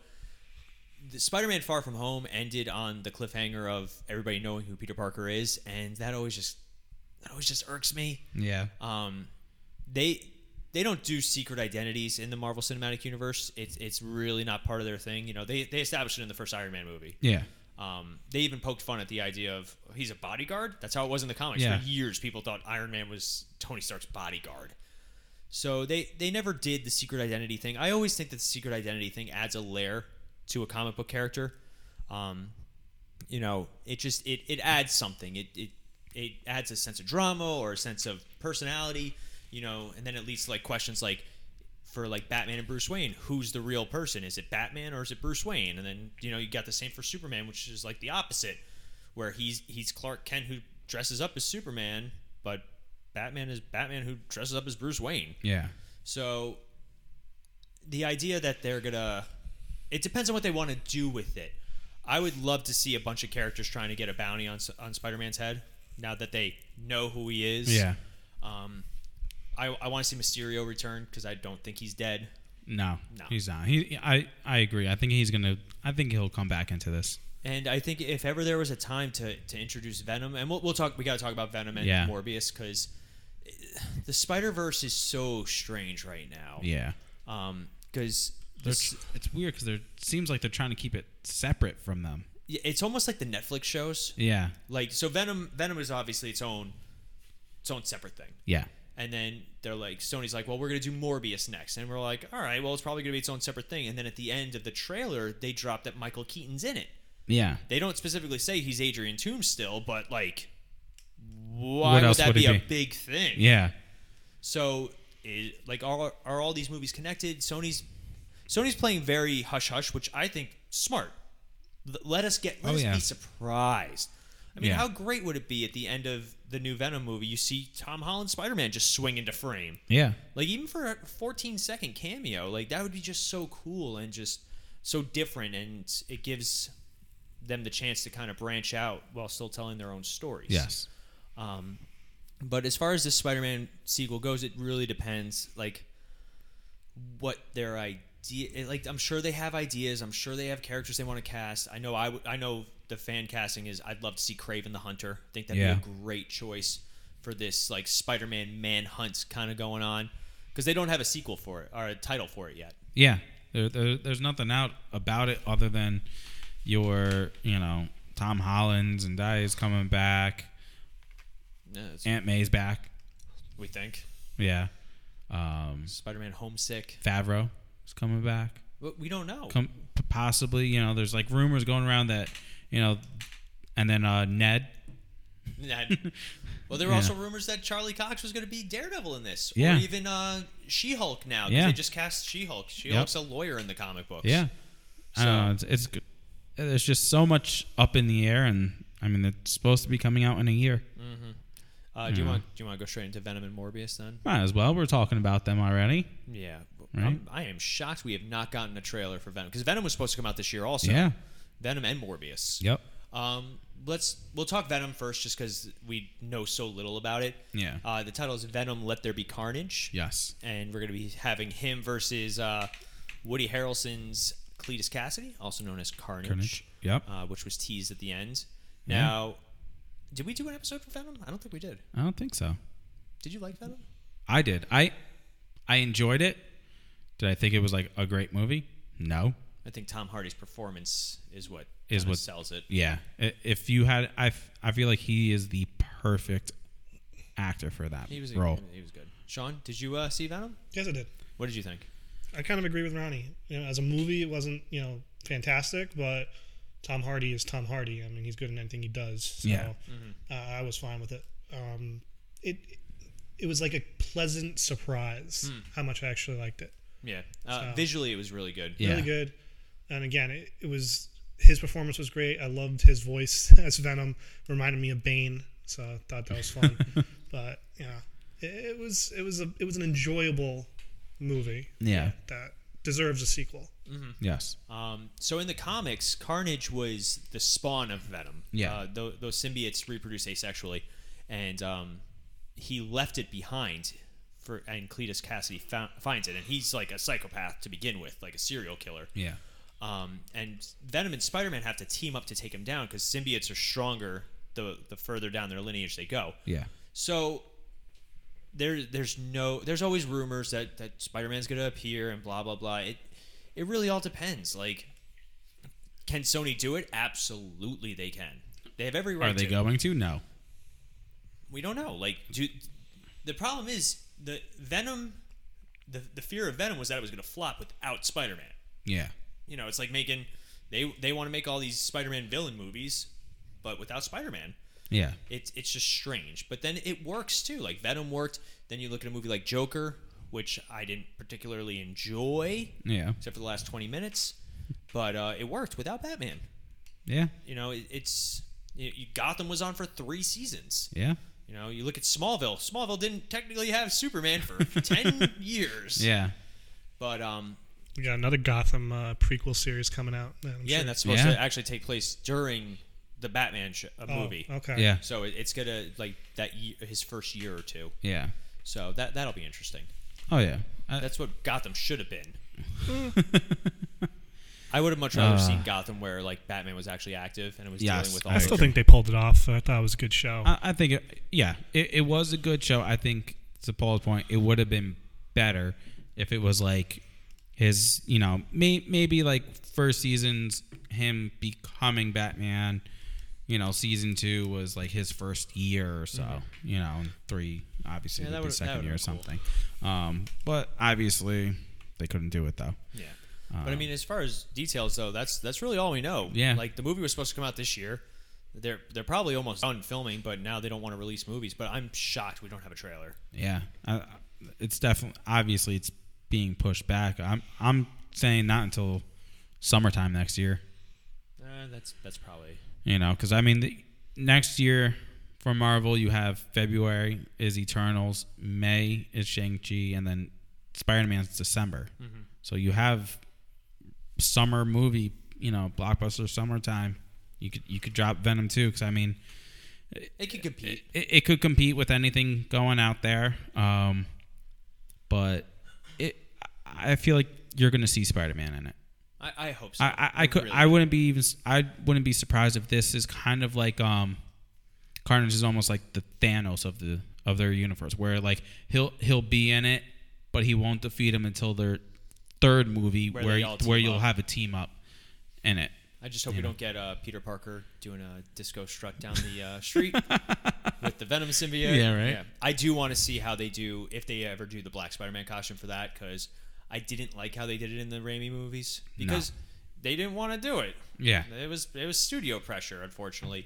Speaker 2: the Spider-Man: Far From Home ended on the cliffhanger of everybody knowing who Peter Parker is, and that always just that always just irks me.
Speaker 1: Yeah.
Speaker 2: Um, they they don't do secret identities in the Marvel Cinematic Universe. It's it's really not part of their thing. You know, they they established it in the first Iron Man movie.
Speaker 1: Yeah.
Speaker 2: Um, they even poked fun at the idea of "Oh, he's a bodyguard. That's how it was in the comics
Speaker 1: Yeah.
Speaker 2: for years. People thought Iron Man was Tony Stark's bodyguard. So they they never did the secret identity thing. I always think that the secret identity thing adds a layer to a comic book character. Um, you know, it just it, it adds something. It, it it adds a sense of drama or a sense of personality. You know, and then it leads to like questions like for like Batman and Bruce Wayne, who's the real person? Is it Batman or is it Bruce Wayne? And then you know you got the same for Superman, which is like the opposite, where he's he's Clark Kent who dresses up as Superman, but Batman is Batman who dresses up as Bruce Wayne.
Speaker 1: Yeah.
Speaker 2: So the idea that they're gonna it depends on what they want to do with it. I would love to see a bunch of characters trying to get a bounty on S- on Spider-Man's head now that they know who he is.
Speaker 1: Yeah.
Speaker 2: Um, I, I want to see Mysterio return because I don't think he's dead.
Speaker 1: No,
Speaker 2: No.
Speaker 1: he's not. He, I, I agree. I think he's gonna. I think he'll come back into this.
Speaker 2: And I think if ever there was a time to, to introduce Venom, and we'll, we'll talk, we got to talk about Venom and
Speaker 1: Yeah.
Speaker 2: Morbius because the Spider Verse is so strange right now.
Speaker 1: Yeah,
Speaker 2: Um, because
Speaker 1: They're tr- it's weird because it seems like they're trying to keep it separate from them.
Speaker 2: it's almost like the Netflix shows.
Speaker 1: Yeah,
Speaker 2: Like so, Venom Venom is obviously its own its own separate thing.
Speaker 1: yeah,
Speaker 2: And then they're like, Sony's like, well, we're going to do Morbius next. And we're like, all right, well, it's probably going to be its own separate thing. And then at the end of the trailer, they drop that Michael Keaton's in it.
Speaker 1: yeah.
Speaker 2: They don't specifically say he's Adrian Toomes still, but like, why would
Speaker 1: else
Speaker 2: that
Speaker 1: would
Speaker 2: be,
Speaker 1: it
Speaker 2: a
Speaker 1: be?
Speaker 2: big thing?
Speaker 1: Yeah,
Speaker 2: So, is, like, are, are all these movies connected? Sony's Sony's playing very hush hush, which I think smart. L- Let us get let
Speaker 1: Oh,
Speaker 2: us
Speaker 1: yeah.
Speaker 2: be surprised. I mean,
Speaker 1: Yeah.
Speaker 2: how great would it be at the end of the new Venom movie? You see Tom Holland Spider Man just swing into frame.
Speaker 1: yeah,
Speaker 2: Like even for a 14 second cameo, like that would be just so cool and just so different and it gives them the chance to kind of branch out while still telling their own stories.
Speaker 1: yes,
Speaker 2: Um but as far as this Spider-Man sequel goes, it really depends like what their idea it- like I'm sure they have ideas, I'm sure they have characters they want to cast. I know I would I know the fan casting is I'd love to see Craven the Hunter. I think that'd
Speaker 1: Yeah.
Speaker 2: be a great choice for this like Spider-Man manhunt kind of going on because they don't have a sequel for it or a title for it yet.
Speaker 1: yeah. There, there, there's nothing out about it other than your, you know, Tom Holland's and Dia's coming back.
Speaker 2: Yeah, that's-
Speaker 1: Aunt May's back.
Speaker 2: we think
Speaker 1: Yeah, um,
Speaker 2: Spider-Man homesick.
Speaker 1: Favreau is coming back.
Speaker 2: But we don't know.
Speaker 1: com- p- possibly you know there's like rumors going around that you know and then uh ned
Speaker 2: That- well, there were
Speaker 1: Yeah.
Speaker 2: also rumors that Charlie Cox was going to be Daredevil in this,
Speaker 1: Yeah.
Speaker 2: or even uh, She-Hulk now. 'cause
Speaker 1: Yeah.
Speaker 2: they just cast She-Hulk. She-Hulk's a lawyer in the comic books.
Speaker 1: yeah i
Speaker 2: So-
Speaker 1: don't know it's, it's good. there's just so much up in the air and i mean it's supposed to be coming out in a year
Speaker 2: Uh, do you
Speaker 1: Yeah.
Speaker 2: want Do you want to go straight into Venom and Morbius then?
Speaker 1: might as well we're talking about them already
Speaker 2: Yeah.
Speaker 1: Right.
Speaker 2: I'm, I am shocked we have not gotten a trailer for Venom because Venom was supposed to come out this year also.
Speaker 1: yeah
Speaker 2: Venom and Morbius.
Speaker 1: yep
Speaker 2: Um, let's we'll talk Venom first just because we know so little about it.
Speaker 1: Yeah.
Speaker 2: Uh, the title is Venom: Let There Be Carnage.
Speaker 1: yes
Speaker 2: and we're going to be having him versus uh, Woody Harrelson's Cletus Cassidy, also known as Carnage,
Speaker 1: Carnage, yep.
Speaker 2: uh, which was teased at the end.
Speaker 1: Yeah.
Speaker 2: Now, did we do an episode for Venom? I don't think we did.
Speaker 1: i don't think so
Speaker 2: Did you like Venom?
Speaker 1: i did i i enjoyed it did i think it was like a great movie no
Speaker 2: I think Tom Hardy's performance is what
Speaker 1: Is
Speaker 2: kinda
Speaker 1: what-
Speaker 2: sells it.
Speaker 1: yeah I- if you had i f- I feel like he is the perfect actor for that
Speaker 2: He was
Speaker 1: role
Speaker 2: he was good. Sean, did you uh, see Venom?
Speaker 3: Yes, I did.
Speaker 2: What did you think?
Speaker 3: I kind of agree with Ronnie. You know, as a movie, it wasn't you know fantastic, but Tom Hardy is Tom Hardy. I mean, he's good in anything he does. So
Speaker 1: Yeah.
Speaker 3: uh, I was fine with it. Um, it it was like a pleasant surprise how much I actually liked it.
Speaker 2: Yeah, uh, visually it was really good.
Speaker 1: Yeah.
Speaker 3: Really good. And again, it, it was his performance was great. I loved his voice as Venom. Reminded me of Bane, so I thought that was fun. but yeah, it, it was it was a it was an enjoyable movie.
Speaker 1: Yeah.
Speaker 3: that deserves a sequel.
Speaker 1: Yes.
Speaker 2: Um, so in the comics, Carnage was the spawn of Venom.
Speaker 1: Yeah.
Speaker 2: Uh, tho- those symbiotes reproduce asexually, and um, he left it behind. For and Cletus Cassidy found, finds it, and he's like a psychopath to begin with, like a serial killer.
Speaker 1: Yeah.
Speaker 2: Um, and Venom and Spider Man have to team up to take him down because symbiotes are stronger the the further down their lineage they go.
Speaker 1: Yeah.
Speaker 2: So there there's no there's always rumors that that Spider-Man's going to appear and blah blah blah. It it really all depends. Like can Sony do it? Absolutely they can. They have every right
Speaker 1: Are they
Speaker 2: to.
Speaker 1: going to? No.
Speaker 2: We don't know. Like do the problem is the Venom the the fear of Venom was that it was going to flop without Spider-Man.
Speaker 1: Yeah.
Speaker 2: You know, it's like making they they want to make all these Spider-Man villain movies but without Spider-Man
Speaker 1: Yeah.
Speaker 2: it's it's just strange. But then it works too. Like Venom worked. Then you look at a movie like Joker, which I didn't particularly enjoy,
Speaker 1: Yeah.
Speaker 2: except for the last twenty minutes. But uh, it worked without Batman.
Speaker 1: Yeah.
Speaker 2: You know, it, it's you, you, Gotham was on for three seasons.
Speaker 1: Yeah.
Speaker 2: You know, you look at Smallville. Smallville didn't technically have Superman for ten years.
Speaker 1: Yeah.
Speaker 2: But um,
Speaker 3: We got another Gotham uh, prequel series coming out. that I'm
Speaker 2: yeah,
Speaker 3: sure-
Speaker 2: and that's supposed
Speaker 1: Yeah.
Speaker 2: to actually take place during the Batman sh- uh,
Speaker 3: Oh,
Speaker 2: movie.
Speaker 3: Okay.
Speaker 1: Yeah.
Speaker 2: So it, it's gonna like that ye his first year or two.
Speaker 1: Yeah.
Speaker 2: So that that'll be interesting.
Speaker 1: Oh yeah. I,
Speaker 2: That's what Gotham should have been. I would have much rather
Speaker 1: Uh.
Speaker 2: seen Gotham where like Batman was actually active and it was
Speaker 1: Yes,
Speaker 2: dealing with
Speaker 1: I
Speaker 2: all.
Speaker 3: I
Speaker 2: the-
Speaker 3: still think they pulled it off. I thought it was a good show.
Speaker 2: Uh,
Speaker 1: I, I think it, yeah, it, it was a good show. I think to Paul's point, it would have been better if it was like his, you know, may, maybe like first season's him becoming Batman. You know, season two was like his first year or so. You know, and three obviously
Speaker 2: Mm-hmm. Yeah, that
Speaker 1: would be
Speaker 2: would've- that
Speaker 1: second year or
Speaker 2: would've
Speaker 1: something.
Speaker 2: been
Speaker 1: Um, but obviously they couldn't do it though.
Speaker 2: yeah. But I mean, as far as details though, that's that's really all we know.
Speaker 1: Uh. Yeah.
Speaker 2: Like the movie was supposed to come out this year. They're they're probably almost done filming, but now they don't want to release movies. But I'm shocked we don't have a trailer.
Speaker 1: Yeah, I, I- it's definitely obviously it's being pushed back. I'm I'm saying not until summertime next year.
Speaker 2: Uh, that's that's probably
Speaker 1: You know, because I mean, the, next year for Marvel, you have February is Eternals, May is Shang Chi, and then Spider Man's December. So you have summer movie, you know, blockbuster summertime. You could you could drop Venom too, because I mean,
Speaker 2: it could compete.
Speaker 1: it, it could compete with anything going out there. Um, but it, I I feel like you're gonna see Spider Man in it.
Speaker 2: I, I hope so.
Speaker 1: I, I, I could
Speaker 2: Really
Speaker 1: I wouldn't be even s- I wouldn't be surprised if this is kind of like um Carnage is almost like the Thanos of the of their universe where like he'll he'll be in it but he won't defeat him until their third movie
Speaker 2: Where
Speaker 1: where
Speaker 2: they
Speaker 1: where,
Speaker 2: all team
Speaker 1: you'll
Speaker 2: up.
Speaker 1: have a team up in it.
Speaker 2: I just hope we don't get uh, Peter Parker doing a disco strut down the uh, street with the Venom symbiote.
Speaker 1: Yeah, right.
Speaker 2: I do want to see how they do if they ever do the Black Spider-Man costume for that because I didn't like how they did it in the Raimi movies because they didn't want to do it.
Speaker 1: Yeah.
Speaker 2: It was it was studio pressure, unfortunately.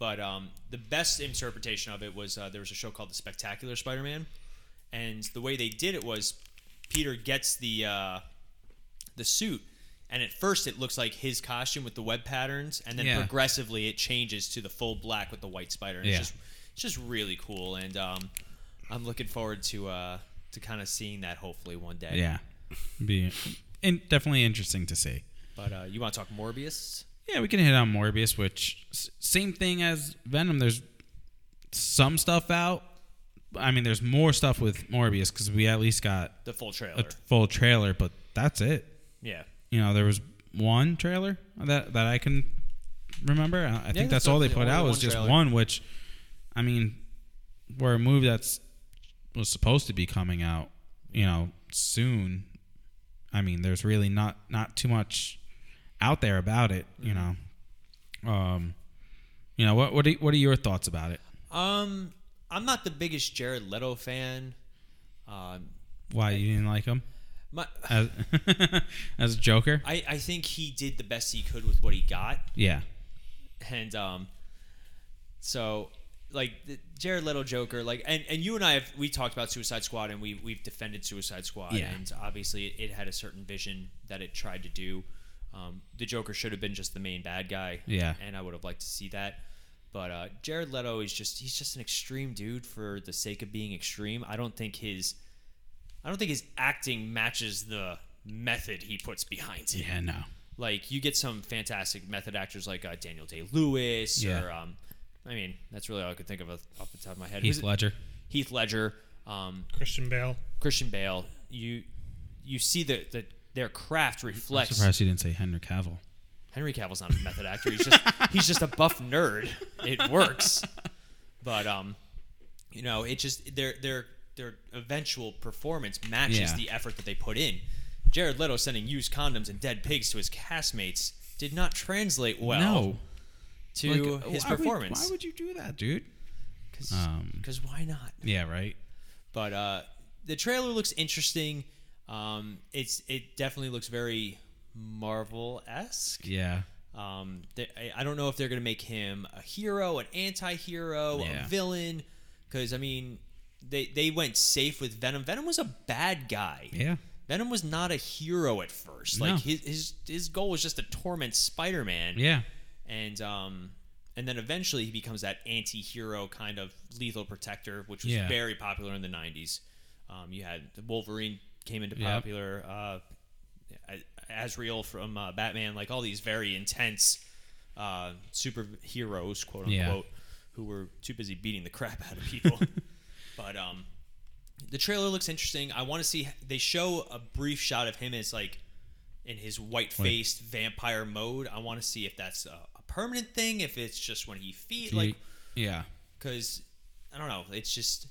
Speaker 2: But um, the best interpretation of it was uh, there was a show called The Spectacular Spider-Man, and the way they did it was Peter gets the uh, the suit, and at first it looks like his costume with the web patterns, and then
Speaker 1: Yeah.
Speaker 2: progressively it changes to the full black with the white spider. And
Speaker 1: Yeah.
Speaker 2: It's just it's just really cool, and um, I'm looking forward to uh, to kind of seeing that hopefully one day.
Speaker 1: Yeah. Be and definitely interesting to see.
Speaker 2: But uh, you want to talk Morbius?
Speaker 1: Yeah, we can hit on Morbius, which s- same thing as Venom. There's some stuff out. I mean, there's more stuff with Morbius because we at least got
Speaker 2: The full trailer.
Speaker 1: a t- full trailer, but that's it.
Speaker 2: yeah.
Speaker 1: You know, there was one trailer that that I can remember. I I think
Speaker 2: that's
Speaker 1: that's, all they
Speaker 2: the
Speaker 1: put
Speaker 2: only
Speaker 1: out was
Speaker 2: one
Speaker 1: just
Speaker 2: trailer.
Speaker 1: one, which I mean, were a movie that's was supposed to be coming out, you know, soon. I mean, there's really not not too much out there about it, you
Speaker 2: Mm-hmm.
Speaker 1: know. Um, you know what what are, what are your thoughts about it?
Speaker 2: Um, I'm not the biggest Jared Leto fan. Um,
Speaker 1: Why you didn't like him
Speaker 2: my,
Speaker 1: as as a Joker?
Speaker 2: I, I think he did the best he could with what he got,
Speaker 1: Yeah,
Speaker 2: and um, so like the Jared Leto Joker, like and, and you and I have we talked about Suicide Squad and we we've defended Suicide Squad,
Speaker 1: Yeah.
Speaker 2: and obviously it, it had a certain vision that it tried to do. Um, the Joker should have been just the main bad guy.
Speaker 1: Yeah.
Speaker 2: and I would have liked to see that. But uh, Jared Leto is just—he's just an extreme dude for the sake of being extreme. I don't think his—I don't think his acting matches the method he puts behind it
Speaker 1: Yeah, no.
Speaker 2: like you get some fantastic method actors like uh, Daniel Day Lewis or
Speaker 1: Yeah.
Speaker 2: um, I mean that's really all I could think of off off the top of my head. Who's
Speaker 1: Heath
Speaker 2: it?
Speaker 1: Ledger.
Speaker 2: Heath Ledger, um,
Speaker 3: Christian Bale.
Speaker 2: Christian Bale. You you see that the, their craft
Speaker 1: I'm
Speaker 2: reflects.
Speaker 1: surprised you didn't say Henry Cavill.
Speaker 2: Henry Cavill's not a method actor. He's just he's just a buff nerd. It works, but um, you know, it just their their their eventual performance matches
Speaker 1: Yeah.
Speaker 2: the effort that they put in. Jared Leto sending used condoms and dead pigs to his castmates did not translate well
Speaker 1: no.
Speaker 2: to
Speaker 1: Like,
Speaker 2: his
Speaker 1: why would-
Speaker 2: performance.
Speaker 1: why would you do that, dude?
Speaker 2: Because
Speaker 1: Um,
Speaker 2: why not?
Speaker 1: Yeah, right.
Speaker 2: But uh, the trailer looks interesting. Um, it's it definitely looks very Marvel esque.
Speaker 1: Yeah.
Speaker 2: Um, they, I- I don't know if they're gonna make him a hero, an anti-hero,
Speaker 1: Yeah.
Speaker 2: a villain. Because I mean, they they went safe with Venom. Venom was a bad guy.
Speaker 1: Yeah.
Speaker 2: Venom was not a hero at first.
Speaker 1: No.
Speaker 2: Like his his his goal was just to torment Spider-Man.
Speaker 1: Yeah.
Speaker 2: and um and then eventually he becomes that anti-hero kind of lethal protector which was
Speaker 1: Yeah.
Speaker 2: very popular in the 90s um, you had wolverine came into
Speaker 1: Yep.
Speaker 2: popular uh, A- azrael from uh, batman like all these very intense uh, superheroes quote
Speaker 1: Yeah.
Speaker 2: unquote who were too busy beating the crap out of people but um the trailer looks interesting i want to see they show a brief shot of him as like in his white faced vampire mode. I want to see if that's a, a permanent thing, if it's just when he feed like
Speaker 1: yeah.
Speaker 2: because I don't know. It's just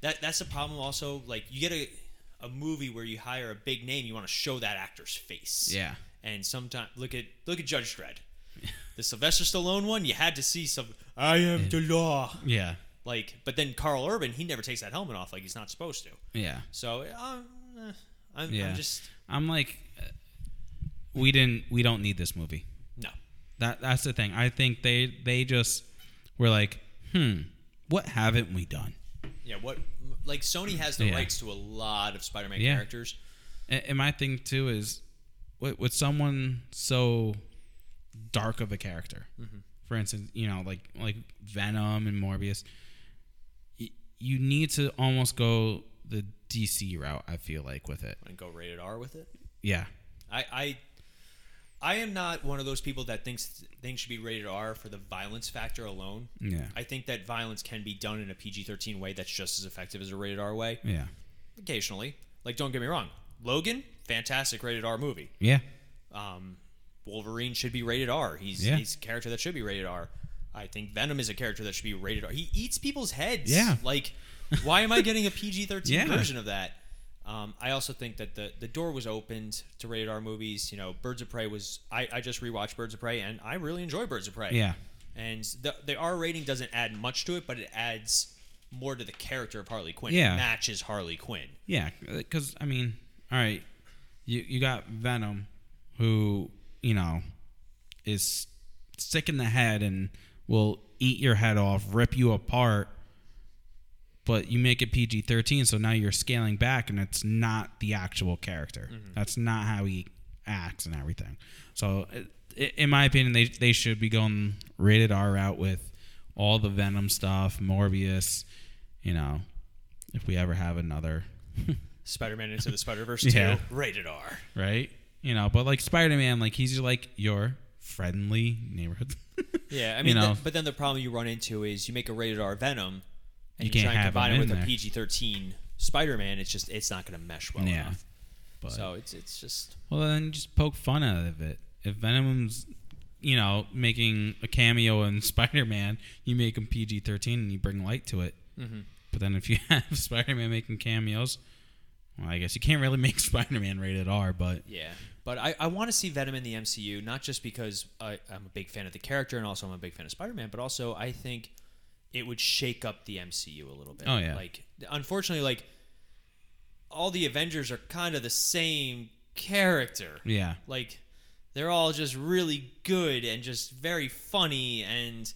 Speaker 2: that that's the problem. Also, like you get a a movie where you hire a big name, you want to show that actor's face.
Speaker 1: Yeah.
Speaker 2: And sometimes look at look at Judge Dredd, the Sylvester Stallone one. You had to see some. I am the law.
Speaker 1: Yeah.
Speaker 2: Like, but then Carl Urban, he never takes that helmet off like he's not supposed to.
Speaker 1: Yeah.
Speaker 2: So um, eh, I'm,
Speaker 1: Yeah.
Speaker 2: I'm just
Speaker 1: I'm like, uh, we didn't. We don't need this movie.
Speaker 2: no.
Speaker 1: That that's the thing. I think they they just were like, hmm, what haven't we done?
Speaker 2: Yeah, what like Sony has the
Speaker 1: Yeah.
Speaker 2: rights to a lot of Spider-Man
Speaker 1: Yeah.
Speaker 2: characters.
Speaker 1: And, and my thing too is, with, with someone so dark of a character, for instance, you know, like like Venom and Morbius, y- you need to almost go the DC route. I feel like with it.
Speaker 2: And go rated R with it.
Speaker 1: Yeah.
Speaker 2: I I I am not one of those people that thinks things should be rated R for the violence factor alone.
Speaker 1: Yeah.
Speaker 2: I think that violence can be done in a PG-13 way that's just as effective as a rated R way
Speaker 1: yeah.
Speaker 2: occasionally. Like don't get me wrong, Logan, fantastic rated R movie.
Speaker 1: Yeah.
Speaker 2: um, Wolverine should be rated R. He's
Speaker 1: Yeah.
Speaker 2: he's a character that should be rated R. I think Venom is a character that should be rated R. He eats people's heads.
Speaker 1: Yeah.
Speaker 2: Like, why am I getting a PG thirteen
Speaker 1: Yeah.
Speaker 2: version of that? Um, I also think that the the door was opened to rated R movies. You know, Birds of Prey was. I, I just rewatched Birds of Prey and I really enjoy Birds of Prey.
Speaker 1: Yeah.
Speaker 2: And the the R rating doesn't add much to it, but it adds more to the character of Harley Quinn.
Speaker 1: Yeah.
Speaker 2: It matches Harley Quinn.
Speaker 1: Yeah, because I mean, all right, you you got Venom, who you know is sick in the head and will eat your head off, rip you apart. But you make it PG thirteen, so now you're scaling back, and it's not the actual character. That's not how he acts and everything. So, i- i- in my opinion, they they should be going rated R route with all the Venom stuff, Morbius. You know, if we ever have another
Speaker 2: Spider Man into the Spider Verse
Speaker 1: Yeah.
Speaker 2: two rated R.
Speaker 1: right? You know, but like Spider Man, like he's like your friendly neighborhood.
Speaker 2: Yeah, I
Speaker 1: You
Speaker 2: mean,
Speaker 1: know?
Speaker 2: th- but then the problem you run into is you make a rated R Venom, and you,
Speaker 1: can't
Speaker 2: try and
Speaker 1: have
Speaker 2: combine
Speaker 1: him
Speaker 2: it
Speaker 1: in
Speaker 2: with
Speaker 1: there.
Speaker 2: a PG thirteen Spider Man. It's just it's not going to mesh well
Speaker 1: Yeah,
Speaker 2: enough.
Speaker 1: but
Speaker 2: So it's it's just
Speaker 1: well, then just poke fun out of it. If Venom's, you know, making a cameo in Spider Man, you make him PG thirteen and you bring light to it.
Speaker 2: Mm-hmm.
Speaker 1: But then if you have Spider Man making cameos, well, I guess you can't really make Spider Man rated R. But
Speaker 2: yeah. But I, I want to see Venom in the MCU not just because I, I'm a big fan of the character and also I'm a big fan of Spider Man, but also I think it would shake up the MCU a little bit.
Speaker 1: Oh, yeah.
Speaker 2: Like unfortunately, like all the Avengers are kind of the same character.
Speaker 1: yeah,
Speaker 2: Like they're all just really good and just very funny and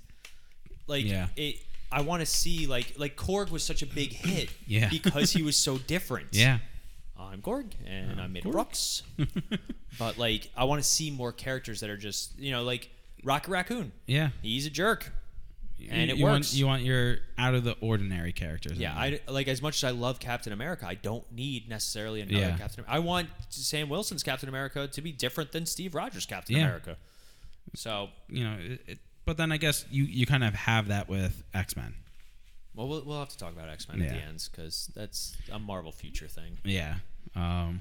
Speaker 2: like
Speaker 1: Yeah.
Speaker 2: it I want to see like like Korg was such a big hit
Speaker 1: Yeah.
Speaker 2: because he was so different.
Speaker 1: yeah,
Speaker 2: I'm Gorg, and I'm made
Speaker 1: Gorg.
Speaker 2: of rocks. but like, I want to see more characters that are just you know like Rocket Raccoon.
Speaker 1: Yeah.
Speaker 2: He's a jerk. And
Speaker 1: you,
Speaker 2: it
Speaker 1: you
Speaker 2: works.
Speaker 1: Want, you want your out of the ordinary characters. in
Speaker 2: Yeah,
Speaker 1: there.
Speaker 2: I like as much as I love Captain America, I don't need necessarily another
Speaker 1: Yeah.
Speaker 2: Captain. I want Sam Wilson's Captain America to be different than Steve Rogers' Captain
Speaker 1: Yeah.
Speaker 2: America. So,
Speaker 1: you know, it, it, but then I guess you you kind of have that with X Men.
Speaker 2: well, we'll, we'll have to talk about X Men at the
Speaker 1: Yeah.
Speaker 2: end because that's a Marvel future thing.
Speaker 1: Yeah. Um,